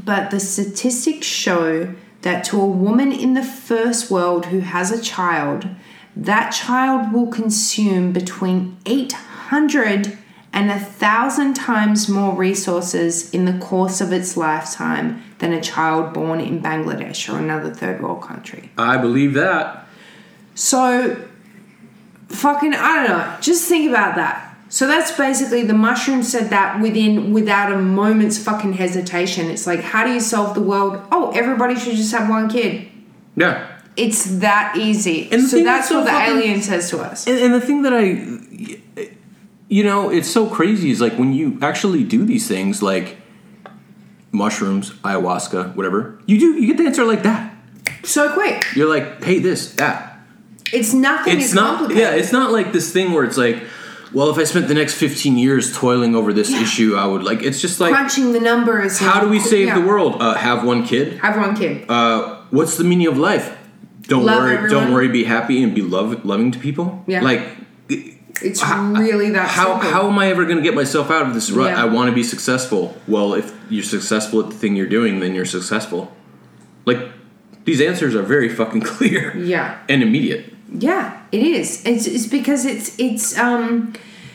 but the statistics show that to a woman in the first world who has a child, that child will consume between 800 and 1,000 times more resources in the course of its lifetime than a child born in Bangladesh or another third world country.
I believe that.
So, fucking, I don't know. Just think about that. So that's basically the mushroom said that within without a moment's fucking hesitation. It's like, how do you solve the world? Oh, everybody should just have one kid.
Yeah.
It's that easy.
And the
so
thing that's
that's
so
what the
fucking-
alien says to us.
And, and the thing that I, you know, it's so crazy is like when you actually do these things, like mushrooms, ayahuasca, whatever, you do, you get the answer like that.
So quick.
You're like, pay this, that.
It's nothing.
It's not,
complicated.
yeah, it's not like this thing where it's like, well, if I spent the next 15 years toiling over this issue, I would like, it's just like,
crunching the numbers.
how do we save
Yeah.
the world? Uh, have one kid?
Have one kid.
uh, what's the meaning of life? Don't
Love
worry,
everyone.
don't worry, be happy and be love, loving to people.
Yeah.
Like
it's really that
Uh, how
simple.
how am I ever going to get myself out of this rut?
Yeah.
I want to be successful. Well, if you're successful at the thing you're doing, then you're successful. Like these answers are very fucking clear.
Yeah.
And immediate.
Yeah, it is. It's, it's because it's it's um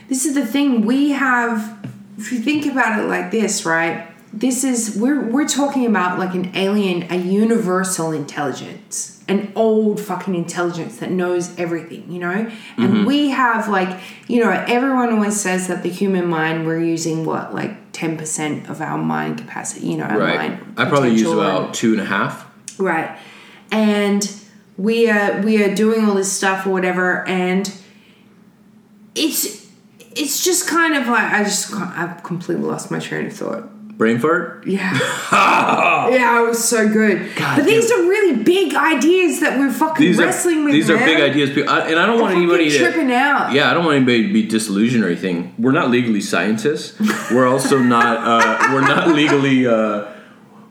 this is the thing we have if you think about it like this, right? This is we're we're talking about like an alien, a universal intelligence, an old fucking intelligence that knows everything, you know? And
Mm-hmm.
we have like, you know, everyone always says that the human mind we're using what like 10% of our mind capacity, you know, our
Right.
mind.
I probably use
potential and-
about two and a half.
Right. And we are we are doing all this stuff or whatever and it's it's just kind of like I just can't- I've completely lost my train of thought.
Brain fart?
Yeah. yeah, it was so good.
God,
but these
dude.
are really big ideas that we're fucking
These
wrestling
are
with.
these are
man.
big ideas, pe- I- and I don't want
Fucking
anybody to
tripping out.
Yeah, I don't want anybody to be disillusioned or anything. We're not legally scientists. We're also not. Uh, we're not legally. Uh,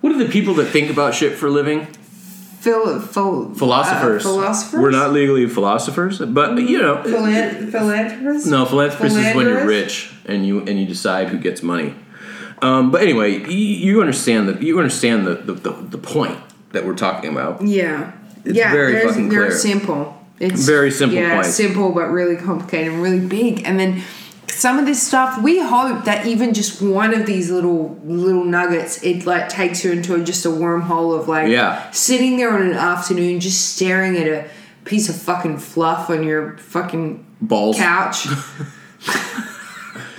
what are the people that think about shit for a living?
Phil, phil,
Philosophers.
Uh, philosophers. Mm-hmm.
We're not legally philosophers, but you know,
Philan- philanthropists.
no, philanthropist is when you're
Philanderers?
rich and you and you decide who gets money. Um, but anyway, you, you understand the you understand the the, the, the point. that we're talking about.
Yeah.
It's
yeah,
very
they're,
fucking
they're
clear.
simple. It's
Very simple
Yeah,
point.
simple but really complicated and really big. And then some of this stuff, we hope that even just one of these little little nuggets, it like takes you into just a wormhole of like
Yeah.
sitting there on an afternoon just staring at a piece of fucking fluff on your fucking
Balls.
couch.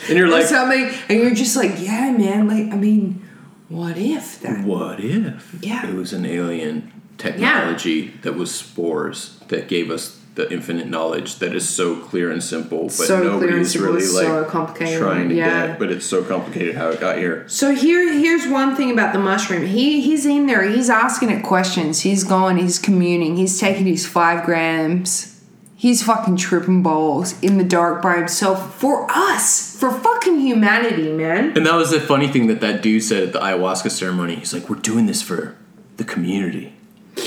And you're
or
like,
something and you're just like, yeah, man, like I mean, what if that
what if
Yeah.
it was an alien technology that was spores that gave us the infinite knowledge that is so clear and simple, but
So clear
nobody
and
is
simple,
really
it's
like
so complicated,
trying to
yeah.
get. But it's so complicated how it got here.
So here, here's one thing about the mushroom. He he's in there. He's asking it questions. He's going. He's communing. He's taking his five grams. He's fucking tripping balls in the dark by himself for us, for fucking humanity, man.
And that was the funny thing that that dude said at the ayahuasca ceremony. He's like, "We're doing this for the community,"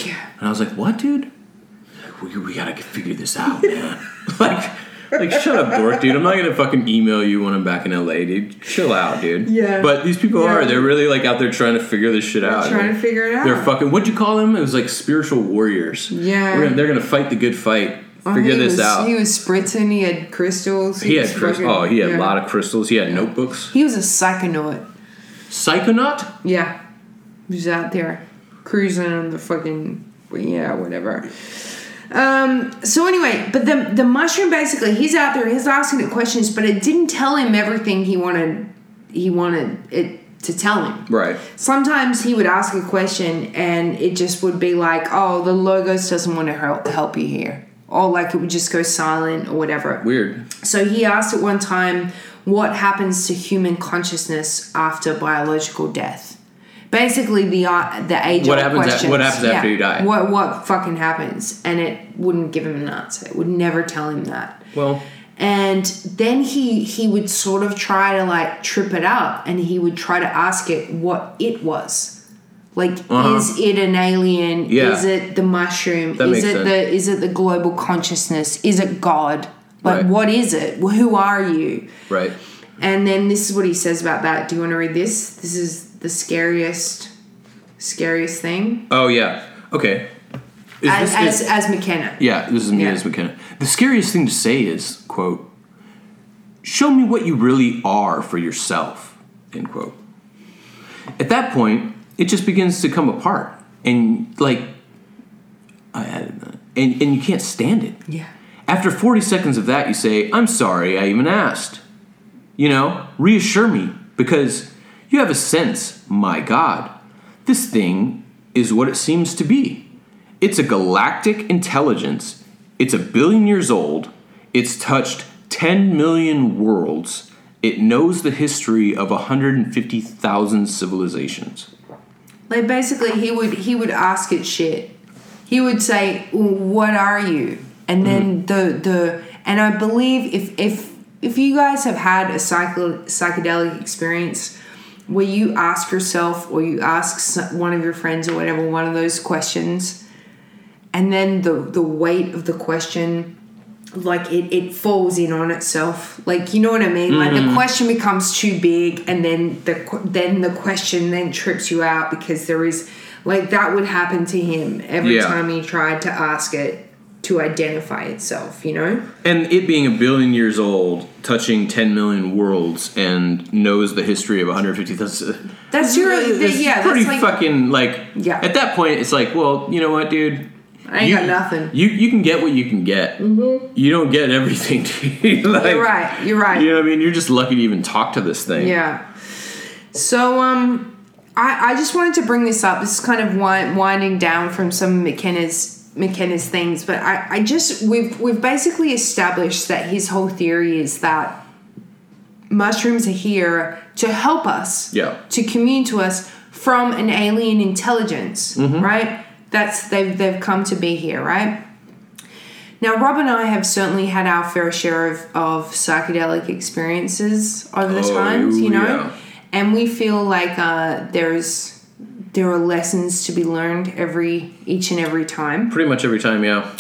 Yeah.
and I was like, "What, dude? We, we gotta figure this out, man." like, like shut up, dork, dude. I'm not gonna fucking email you when I'm back in LA, dude. Chill out, dude.
Yeah.
But these people
Yeah.
are. They're really like out there trying to figure this shit out.
Trying to figure it out.
They're fucking. What'd you call them? It was like spiritual warriors.
Yeah.
We're gonna, they're gonna fight the good fight.
Oh,
Figure
he
this
was-
out.
He was spritzing. He had crystals.
He had
was
crystals.
fucking-
Oh, he had
yeah.
a lot of crystals. He had notebooks.
He was a psychonaut.
Psychonaut.
Yeah, he was out there cruising on the fucking yeah, whatever. Um. So anyway, but the the mushroom basically, he's out there, he's asking it questions, but it didn't tell him everything he wanted. He wanted it to tell him.
Right.
Sometimes he would ask a question, and it just would be like, "Oh, the logos doesn't want to help help you here," or like it would just go silent or whatever.
Weird.
So he asked at one time, what happens to human consciousness after biological death? Basically, the uh, the age
What
old
happens a-
questions.
what happens after you die?
What what fucking happens? And it wouldn't give him an answer. It would never tell him that.
Well.
And then he he would sort of try to like trip it up, and he would try to ask it what it was. Like,
Uh-huh.
is it an alien?
Yeah.
Is it the mushroom?
That
is
makes
it
sense.
the is it the global consciousness? Is it God? Like,
Right.
what is it? Who are you?
Right.
And then this is what he says about that. Do you want to read this? This is the scariest, scariest thing.
Oh yeah. Okay. Is
As,
this-
as,
is-
as McKenna.
yeah, this is me
Yeah.
as McKenna. The scariest thing to say is, quote, show me what you really are for yourself, end quote. At that point, it just begins to come apart. And like I added that. And and you can't stand it.
Yeah.
After 40 seconds of that, you say, I'm sorry I even asked. You know, reassure me, because you have a sense, my God, this thing is what it seems to be. It's a galactic intelligence, it's a billion years old, it's touched 10 million worlds, it knows the history of 150,000 civilizations.
Like basically, he would he would ask it shit. He would say, "What are you?" And then the the and I believe if if if you guys have had a psycho, psychedelic experience where you ask yourself or you ask s- one of your friends or whatever one of those questions, and then the the weight of the question like it, it falls in on itself like you know what i mean like
Mm.
the question becomes too big and then the qu- then the question then trips you out because there is like that would happen to him every
Yeah.
time he tried to ask it to identify itself you know
And it being a billion years old, touching 10 million worlds, and knows the history of 150,000.
that's your
It's
yeah
pretty
that's like
fucking like.
Yeah.
At that point, it's like, well, you know what, dude.
i ain't
you,
got nothing
You you can get what you can get. Mm-hmm. You don't get everything. Dude. like,
you're right you're right
You know what I mean? You're just lucky to even talk to this thing.
Yeah. So um I, I just wanted to bring this up. This is kind of wind, winding down from some of McKenna's McKenna's things, but I, I just we've we've basically established that his whole theory is that mushrooms are here to help us
Yeah.
to commune to us from an alien intelligence, right? That's they've they've come to be here, right? Now, Rob and I have certainly had our fair share of, of psychedelic experiences over the
Oh,
times, you know,
yeah.
and we feel like uh, there's there are lessons to be learned every each and every time.
Pretty much every time, yeah.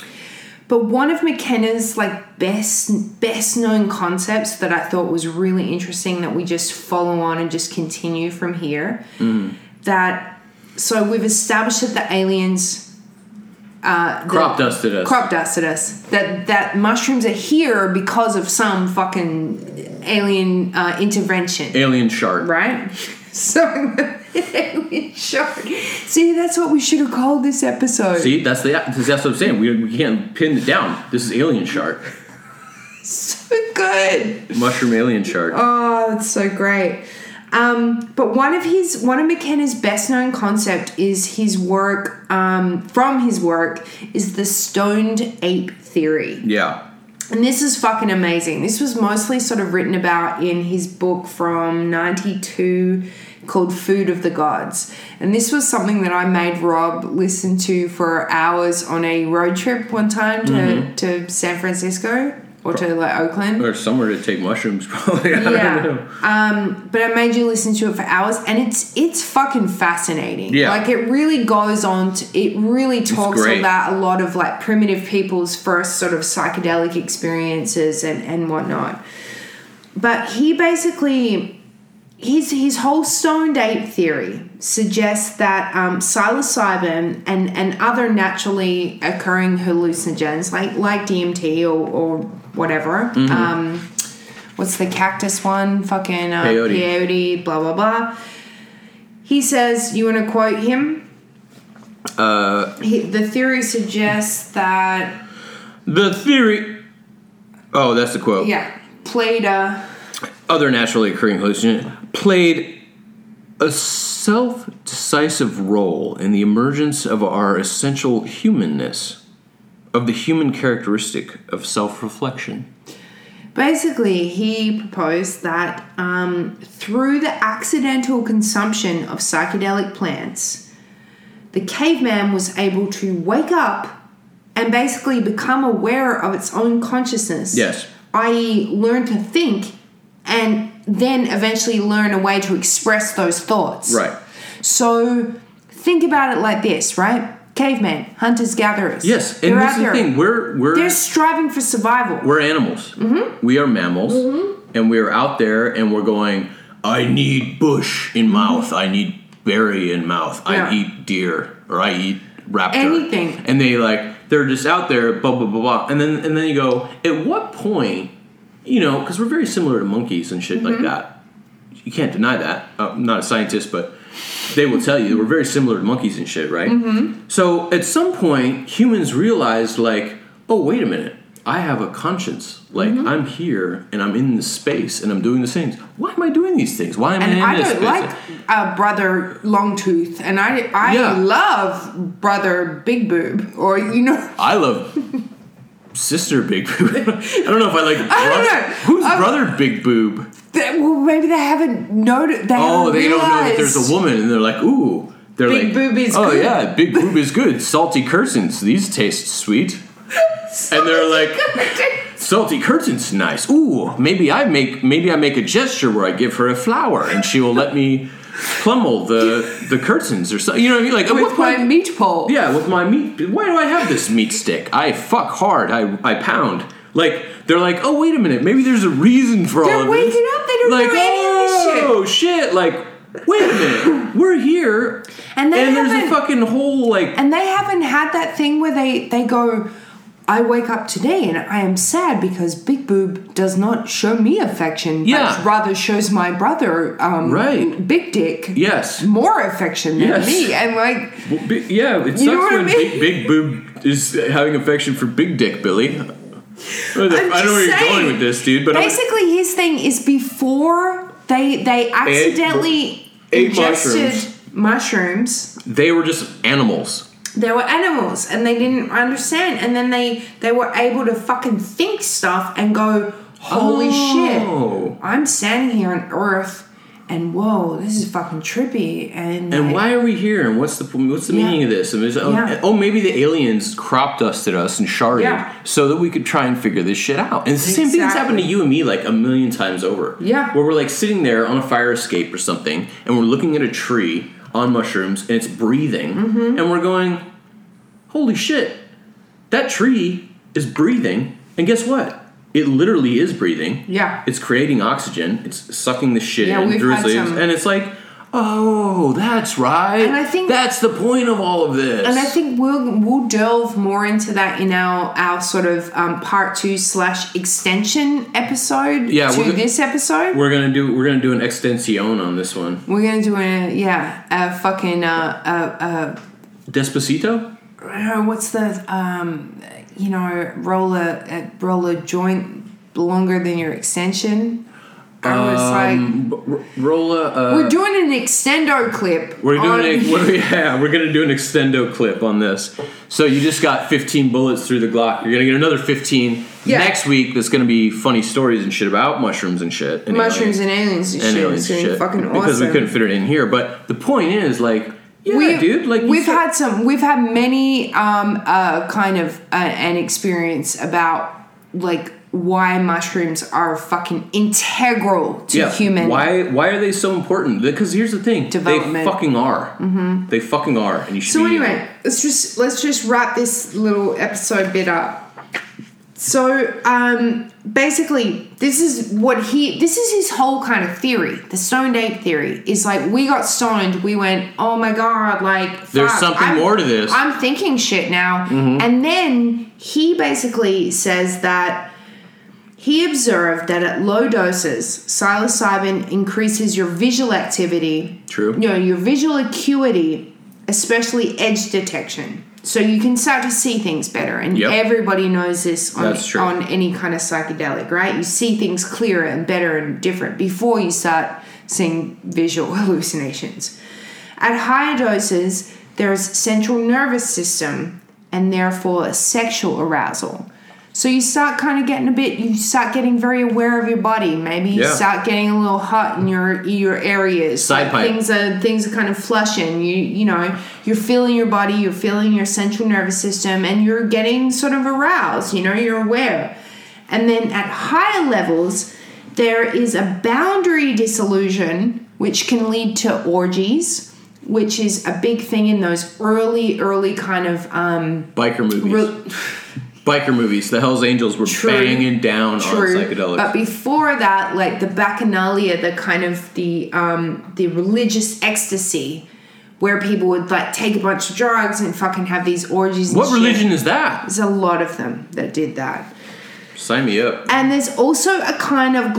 But one of McKenna's like best best known concepts that I thought was
Mm.
really interesting that we just follow on and just continue from here that So we've established that the aliens uh, the-
Crop dusted us.
crop dusted us. That that mushrooms are here because of some fucking alien uh, intervention,
Alien shark.
right? So alien shark. See, that's what we should have called this episode.
See, that's the that's what I'm saying. We, we can't pin it down. This is alien shark,
So good.
mushroom alien shark.
Oh, that's so great. Um, but one of his one of McKenna's best known concept is his work um, from his work is the stoned ape theory.
yeah,
And this is fucking amazing. This was mostly sort of written about in his book from 92 called Food of the Gods. And this was something that I made Rob listen to for hours on a road trip one time to, to San Francisco or to like Oakland.
or somewhere to take mushrooms probably. I
Yeah.
don't know.
But I made you listen to it for hours and it's it's fucking fascinating.
Yeah.
Like it really goes on to, it really talks
great.
about a lot of like primitive people's first sort of psychedelic experiences and, and whatnot. But he basically his his whole stoned ape theory suggests that um, psilocybin and, and other naturally occurring hallucinogens like like DMT or, or whatever. Um, what's the cactus one? Fucking uh,
Peyote.
peyote, blah blah blah. He says, you want to quote him? Uh, he, the theory suggests that
The theory. Oh, that's the quote.
yeah, Plato.
Other naturally occurring hallucinogen played a self-decisive role in the emergence of our essential humanness, of the human characteristic of self-reflection.
Basically, he proposed that um, through the accidental consumption of psychedelic plants, the caveman was able to wake up and basically become aware of its own consciousness.
Yes.
I.e., learn to think and then eventually learn a way to express those thoughts. So think about it like this, right? Cavemen, hunters, gatherers.
Yes,
They're
and
out
that's the
there.
thing. We're we're
They're striving for survival.
we're animals.
Mm-hmm.
We are mammals, and we're out there and we're going. I need bush in mouth. I need berry in mouth.
Mm-hmm. Yeah.
I eat deer or I eat raptor.
Anything.
And they like they're just out there. Blah blah blah blah. And then and then you go. At what point? You know, because we're very similar to monkeys and shit like
Mm-hmm.
that. You can't deny that. Uh, I'm not a scientist, but they will tell you that we're very similar to monkeys and shit, right?
Mm-hmm.
So at some point, humans realized, like, oh, wait a minute, I have a conscience. Like,
Mm-hmm.
I'm here and I'm in this space and I'm doing these things. Why am I doing these things? Why am I
and
in
I
this
don't
space?
like uh, brother Longtooth, and I I
Yeah.
love brother Big Boob, or you know,
I love sister Big Boob. I don't know if I like.
I don't
brother-
know.
Who's
I'm-
brother Big Boob?
they, well maybe they haven't noted. They
Oh,
haven't
they don't know that there's
realized.
a woman, and they're like, ooh. They're
Big
like,
Boob is
oh
good."
yeah, big boob is good. Salty curtains, these taste sweet. and they're like, Salty curtains, nice. Ooh, maybe I make maybe I make a gesture where I give her a flower and she will let me plummel the the curtains or something. You know what I mean? Like at what
with my
point?
meatball.
Yeah, with my meat. Why do I have this meat stick? I fuck hard. I I pound. Like they're like, oh wait a minute, maybe there's a reason for all
They're
of this.
waking up, they don't
like,
know any of this shit.
oh shit! Like, wait a minute, we're here,
And they
and there's a
haven't-
fucking whole like
and they haven't had that thing where they they go. I wake up today and I am sad because Big Boob does not show me affection,
Yeah.
but rather shows my brother, um,
Right.
Big Dick,
yes.
more affection than
Yes.
me. And like,
Well, big, yeah, it sucks
You know what I
when
mean?
big, big boob is having affection for big dick Billy. I don't know
just
where you're
saying.
going with this, dude, but I'm-
basically his thing is before they they accidentally
ate
ingested mushrooms.
they were just animals.
they were animals and they didn't understand and then they they were able to fucking think stuff and go holy
Oh.
shit i'm standing here on earth and whoa this is fucking trippy and
And
like,
why are we here? And what's the what's the
Yeah.
meaning of this? And it's, oh,
Yeah.
oh, maybe the aliens crop dusted us and sharded
Yeah.
so that we could try and figure this shit out. And it's the same thing that's happened to
Exactly.
you and me like a million times over.
Yeah.
where we're like sitting there on a fire escape or something, and we're looking at a tree on mushrooms, and it's breathing,
Mm-hmm.
and we're going, "Holy shit! That tree is breathing." And guess what? It literally is breathing.
Yeah.
it's creating oxygen. It's sucking the shit
Yeah,
in
we've
through
had
its leaves,
some-
and it's like, oh, that's right.
And I think-
that's the point of all of this.
And I think we'll we'll delve more into that in our our sort of um, part two slash extension episode
Yeah,
to
we're go-
this episode. We're,
we're gonna do we're gonna do an extension on this one.
gonna do a yeah a fucking uh,
Despacito.
uh, uh what's the um you know roller uh, roller joint longer than your extension. I was like,
Um, r- Rolla. Uh,
we're doing an extendo clip.
We're doing
on-
a, we're, yeah, we're gonna do an extendo clip on this. So you just got 15 bullets through the Glock. You're gonna get another 15
Yeah.
next week. That's gonna be funny stories and shit about mushrooms and shit. and
mushrooms
aliens.
and aliens and,
and
shit.
aliens
It's gonna
and
be
shit.
fucking awesome.
Because we couldn't fit it in here. But the point is, like, yeah,
we,
dude, like you
we've
said-
had some we've had many um uh kind of uh, an experience about like why mushrooms are fucking integral to human
Why? Why are they so important? Because here's the thing: they
Development.
fucking are. Mm-hmm. They fucking are, and you should.
so
be-
anyway let's just let's just wrap this little episode bit up so um basically this is what he this is his whole kind of theory the stoned ape theory is like we got stoned we went oh my god like
There's
fuck,
something
I'm-
more to this. Mm-hmm.
i'm thinking shit now and then he basically says that he observed that at low doses, psilocybin increases your visual activity.
True.
You know, your visual acuity, especially edge detection. So you can start to see things better. And
Yep.
everybody knows this on,
That's true.
on any kind of psychedelic, right? You see things clearer and better and different before you start seeing visual hallucinations. At higher doses, there is central nervous system and therefore sexual arousal. So you start kind of getting a bit, you start getting very aware of your body. Maybe you
Yeah.
start getting a little hot in your your areas.
Side pipe.
Things are things are kind of flushing. You you know you're feeling your body, you're feeling your central nervous system, and you're getting sort of aroused. You know you're aware. And then at higher levels, there is a boundary disillusion, which can lead to orgies, which is a big thing in those early, early kind of um,
biker movies.
re-
biker movies. The Hell's Angels were
True.
banging down on
true.
psychedelics.
But before that, like the bacchanalia, the kind of the um, the religious ecstasy, where people would like take a bunch of drugs and fucking have these orgies. And
what
shit.
religion is that?
There's a lot of them that did that.
Sign me up.
And there's also a kind of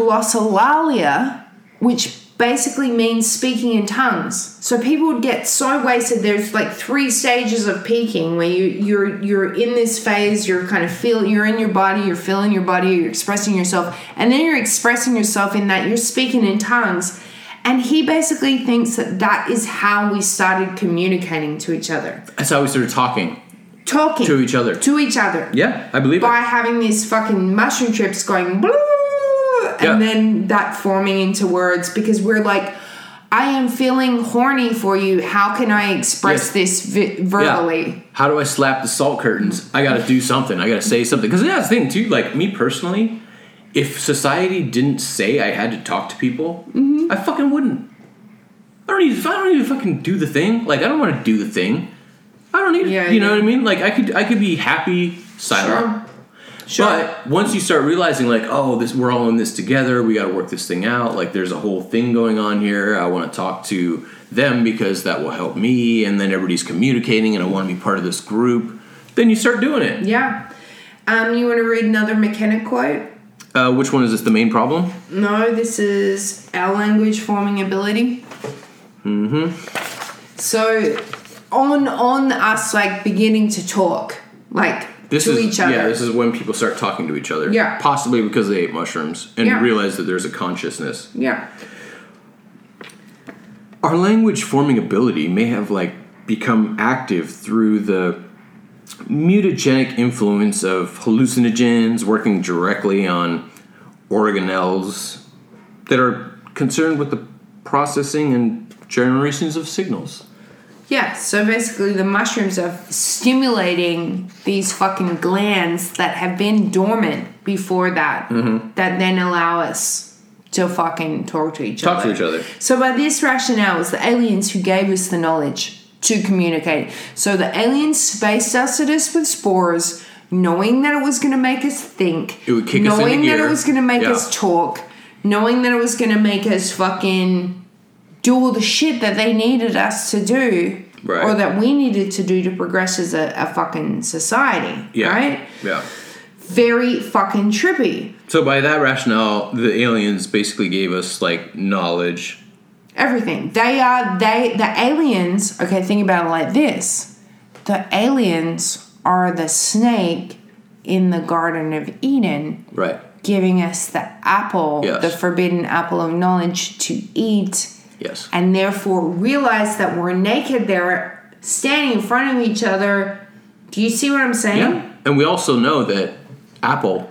glossolalia, which basically means speaking in tongues. So people would get so wasted. There's like three stages of peaking where you, you're you're in this phase, you're kind of feel you're in your body, you're feeling your body, you're expressing yourself, and then you're expressing yourself in that you're speaking in tongues. And he basically thinks that that is how we started communicating to each other,
That's how we started talking
talking
to each other.
to each other
Yeah, I believe
by
it.
having these fucking mushroom trips going blah, and
Yeah.
then that forming into words because we're like i am feeling horny for you how can i express
Yes.
this vi-
Yeah.
verbally
How do I slap the salt curtains? I gotta do something. I gotta say something. Because that's the thing, too. Like, me personally, if society didn't say I had to talk to people,
Mm-hmm.
I fucking wouldn't. I don't, even, I don't even fucking do the thing. Like, I don't want to do the thing. I don't need
Yeah,
you know
yeah.
what I mean? Like, I could I could be happy silent.
Sure. sure
But once you start realizing, like, oh, this we're all in this together. We got to work this thing out. Like, there's a whole thing going on here. I want to talk to them because that will help me. And then everybody's communicating, and I want to be part of this group. Then you start doing it.
yeah um, you want to read another mckenna quote
Uh, which one is this? The main problem?
no this is our language forming ability mm-hmm
Mm-hmm.
so on on us like beginning to talk like
This
to
is
each other
yeah. This is when people start talking to each other.
Yeah.
Possibly because they ate mushrooms and
Yeah.
realize that there's a consciousness.
yeah
our language forming ability may have like become active through the mutagenic influence of hallucinogens working directly on organelles that are concerned with the processing and generations of signals.
Yeah, so basically the mushrooms are stimulating these fucking glands that have been dormant before that,
Mm-hmm.
that then allow us to fucking talk to each
Talk
other.
to each other.
So by this rationale, it was the aliens who gave us the knowledge to communicate. So the aliens spaced us at us with spores, knowing that it was going to make us think,
It would kick us in the
knowing that
gear.
it was going to make
Yeah.
us talk, knowing that it was going to make us fucking do all the shit that they needed us to do
Right.
or that we needed to do to progress as a, a fucking society.
Yeah.
Right?
Yeah.
Very fucking trippy.
So by that rationale, the aliens basically gave us like knowledge.
Everything. They are they the aliens, okay, think about it like this. The aliens are the snake in the Garden of Eden
Right.
giving us the apple,
Yes.
the forbidden apple of knowledge to eat,
Yes.
and therefore realize that we're naked there, standing in front of each other. Do you see what I'm saying?
yeah. And we also know that Apple.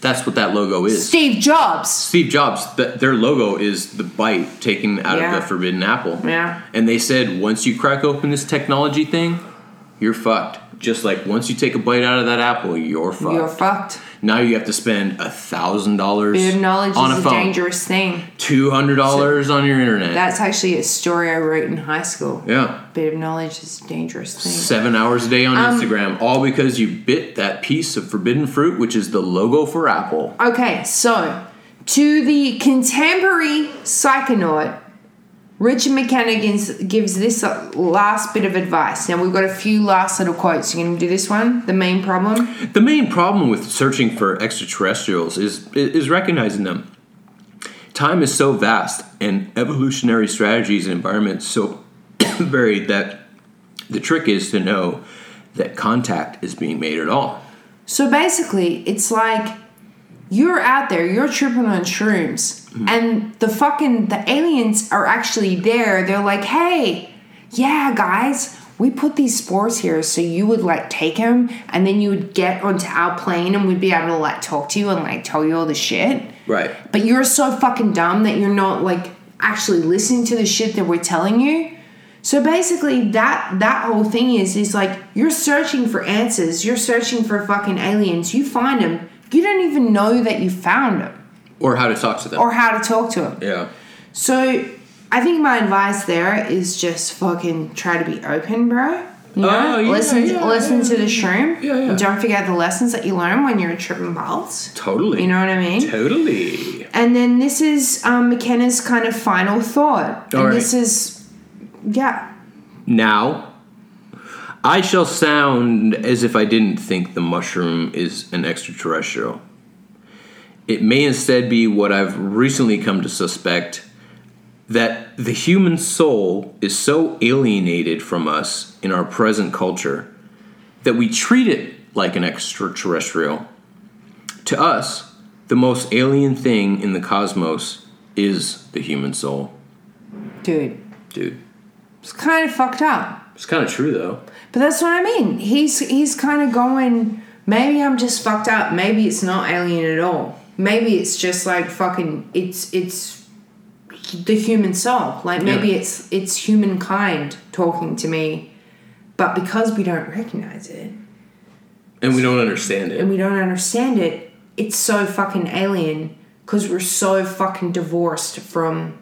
That's what that logo is.
Steve Jobs.
Steve Jobs, th- their logo is the bite taken out
Yeah.
of the forbidden apple.
Yeah.
And they said once you crack open this technology thing, you're fucked. Just like once you take a bite out of that apple, you're fucked.
You're fucked.
now you have to spend a thousand dollars
Bit of knowledge
on
is
a
a
phone,
dangerous thing.
two hundred dollars on your internet.
That's actually a story I wrote in high school.
yeah.
Bit of knowledge is a dangerous thing.
seven hours a day on
Um,
Instagram, all because you bit that piece of forbidden fruit, which is the logo for Apple.
Okay, so to the contemporary psychonaut, Richard McKenna gives, gives this uh, last bit of advice. Now, we've got a few last little quotes. You going to do this one? The main problem?
The main problem with searching for extraterrestrials is is recognizing them. Time is so vast, and evolutionary strategies and environments so varied that the trick is to know that contact is being made at all.
So basically, it's like you're out there, you're tripping on shrooms, and the fucking the aliens are actually there. They're like, "Hey, yeah, guys, we put these spores here, so you would like take them, and then you would get onto our plane, and we'd be able to like talk to you and like tell you all the shit."
Right.
But you're so fucking dumb that you're not like actually listening to the shit that we're telling you. So basically that that whole thing is is like you're searching for answers, you're searching for fucking aliens, you find them, you don't even know that you found them
Or how to talk to them.
or how to talk to them.
yeah.
So I think my advice there is just fucking try to be open, bro. You know,
Oh, yeah,
listen,
yeah,
listen
yeah,
to the shroom.
Yeah, yeah.
And don't forget the lessons that you learn when you're tripping balls.
Totally.
You know what I mean?
Totally.
And then this is um, McKenna's kind of final thought.
All
and
right.
this is, yeah.
Now, I shall sound as if I didn't think the mushroom is an extraterrestrial. It may instead be what I've recently come to suspect that the human soul is so alienated from us in our present culture that we treat it like an extraterrestrial. To us, the most alien thing in the cosmos is the human soul.
Dude,
Dude,
it's kind of fucked up.
it's kind of true though.
But that's what I mean. He's he's kind of going, maybe I'm just fucked up. Maybe it's not alien at all. Maybe it's just like fucking, it's, it's the human soul. Like maybe
Yeah.
it's, it's humankind talking to me. But because we don't recognize it,
And we don't understand it.
and we don't understand it, it's so fucking alien because we're so fucking divorced from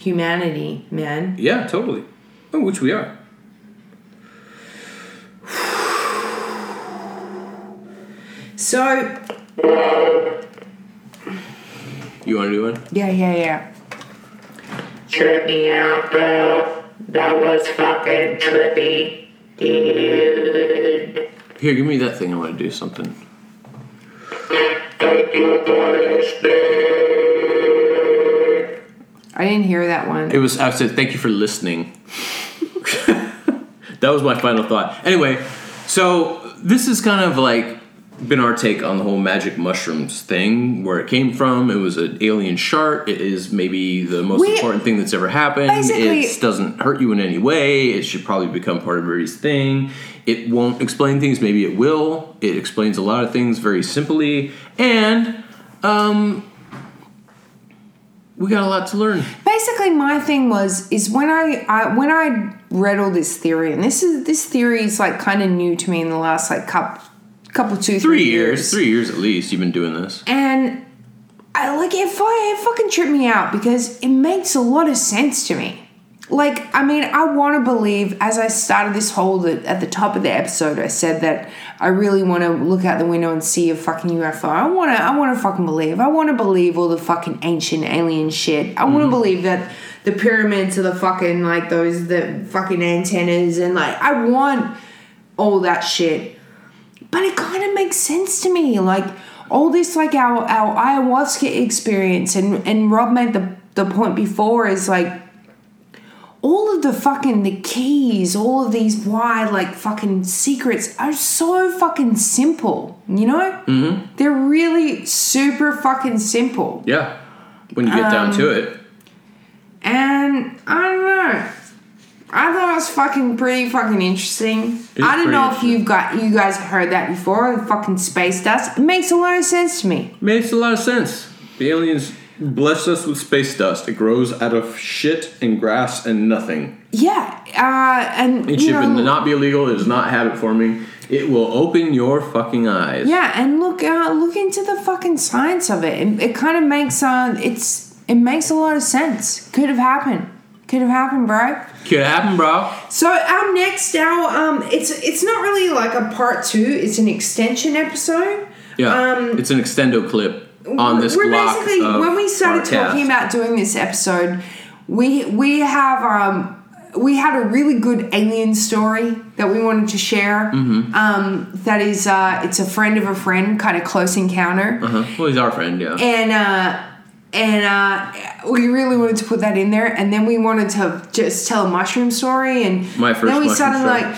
humanity, man.
Yeah, totally. Oh, which we are.
So,
You want to do one?
yeah, yeah, yeah.
Trip me out, bro. That was fucking trippy. Dude.
Here, give me that thing. I want to do something.
Thank you for listening.
I didn't hear that one.
It was. I said, thank you for listening. that was my final thought. Anyway, so this is kind of like been our take on the whole magic mushrooms thing, where it came from. It was an alien shark. It is maybe the most
We-
important thing that's ever happened.
Basically-
It doesn't hurt you in any way. It should probably become part of everybody's thing. It won't explain things. Maybe it will. It explains a lot of things very simply, and um, we got a lot to learn.
Basically, my thing was is when I, I when I read all this theory, and this is this theory is like kind of new to me in the last like couple, couple two
three years, three years at least. You've been doing this.
and I like it. fu- It fucking tripped me out because it makes a lot of sense to me. like i mean i want to believe as i started this whole that at the top of the episode i said that i really want to look out the window and see a fucking ufo i want to i want to fucking believe i want to believe all the fucking ancient alien shit i want to believe that the pyramids are the fucking like those the fucking antennas and like i want all that shit but it kind of makes sense to me like all this like our our ayahuasca experience and and rob made the the point before is like all of the fucking the keys, all of these wide like fucking secrets are so fucking simple, you know? Mm-hmm. They're really super fucking simple.
Yeah. When you get down
Um,
to it.
And I don't know. I thought it was fucking pretty fucking interesting.
is
I don't
pretty
know if
interesting.
you've got you guys have heard that before, fucking space dust. It makes a lot of sense to me.
Makes a lot of sense. The aliens blessed us with space dust. It grows out of shit and grass and nothing.
Yeah. Uh and
It
you
should
know,
not be illegal. It is not habit forming. It will open your fucking eyes.
Yeah, and look, uh, look into the fucking science of it. It, it kind of makes uh, it's it makes a lot of sense. Could have happened. Could have happened, bro.
Could happen, bro.
So our next, our um, it's it's not really like a part two. It's an extension episode.
Yeah.
Um,
it's an extendo clip on this
we're
block
basically
of
when we started
podcast.
talking about doing this episode we we have um we had a really good alien story that we wanted to share
Mm-hmm.
um that is uh it's a friend of a friend kind of close encounter
Uh-huh. Well, he's our friend, yeah.
and uh and uh, we really wanted to put that in there, and then we wanted to just tell a mushroom story, and
My first
then we
mushroom
started
story.
like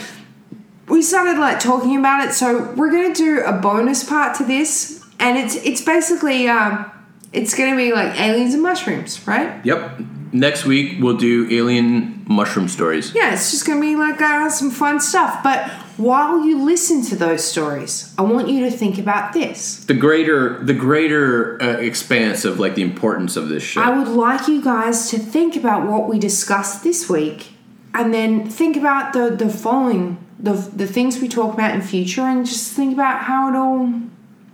we started like talking about it. So we're gonna do a bonus part to this, and it's it's basically um, it's gonna be like aliens and mushrooms, right?
yep. Next week we'll do alien mushroom stories.
Yeah, it's just gonna be like uh, some fun stuff. But while you listen to those stories, I want you to think about this.
The greater the greater uh, expanse of like the importance of this shit.
I would like you guys to think about what we discussed this week and then think about the, the following the, the things we talk about in future and just think about how it all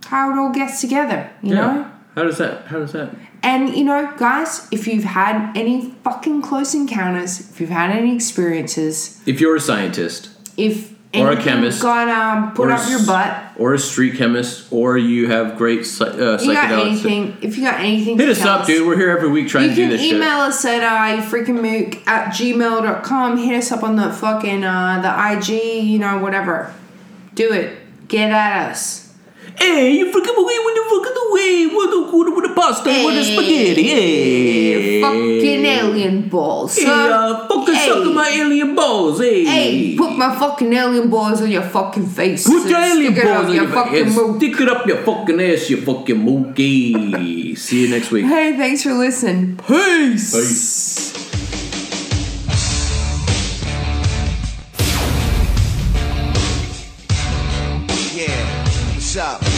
how it all gets together, you know?
How does that? How does that?
And you know, guys, if you've had any fucking close encounters, if you've had any experiences,
If you're a scientist,
if
Or a
anything
chemist.
got um, put
or
up
s-
your butt,
or a street chemist, or you have great psy- uh,
you got
psychedelics,
anything, if you got anything,
hit
to
us
tell
up, dude. We're here every week trying to
You
do
can
this
email
shit.
us at uh, freakingmook at gmail.com. Hit us up on the fucking uh, the IG, you know, whatever. Do it. Get at us.
Hey, you freaking away with the fucking away. What the good with the pasta? What the spaghetti? Hey,
Fucking alien balls.
Hey,
son.
uh, fucking
Hey.
sucking my alien balls. Hey,
Hey, put my fucking alien balls on your fucking face.
Put
and
your alien
stick it up
balls on your fucking
fucking mook.
Stick it up your fucking ass, you fucking mookie. See you next week.
Hey, thanks for listening. Peace.
Peace.
Yeah, what's up?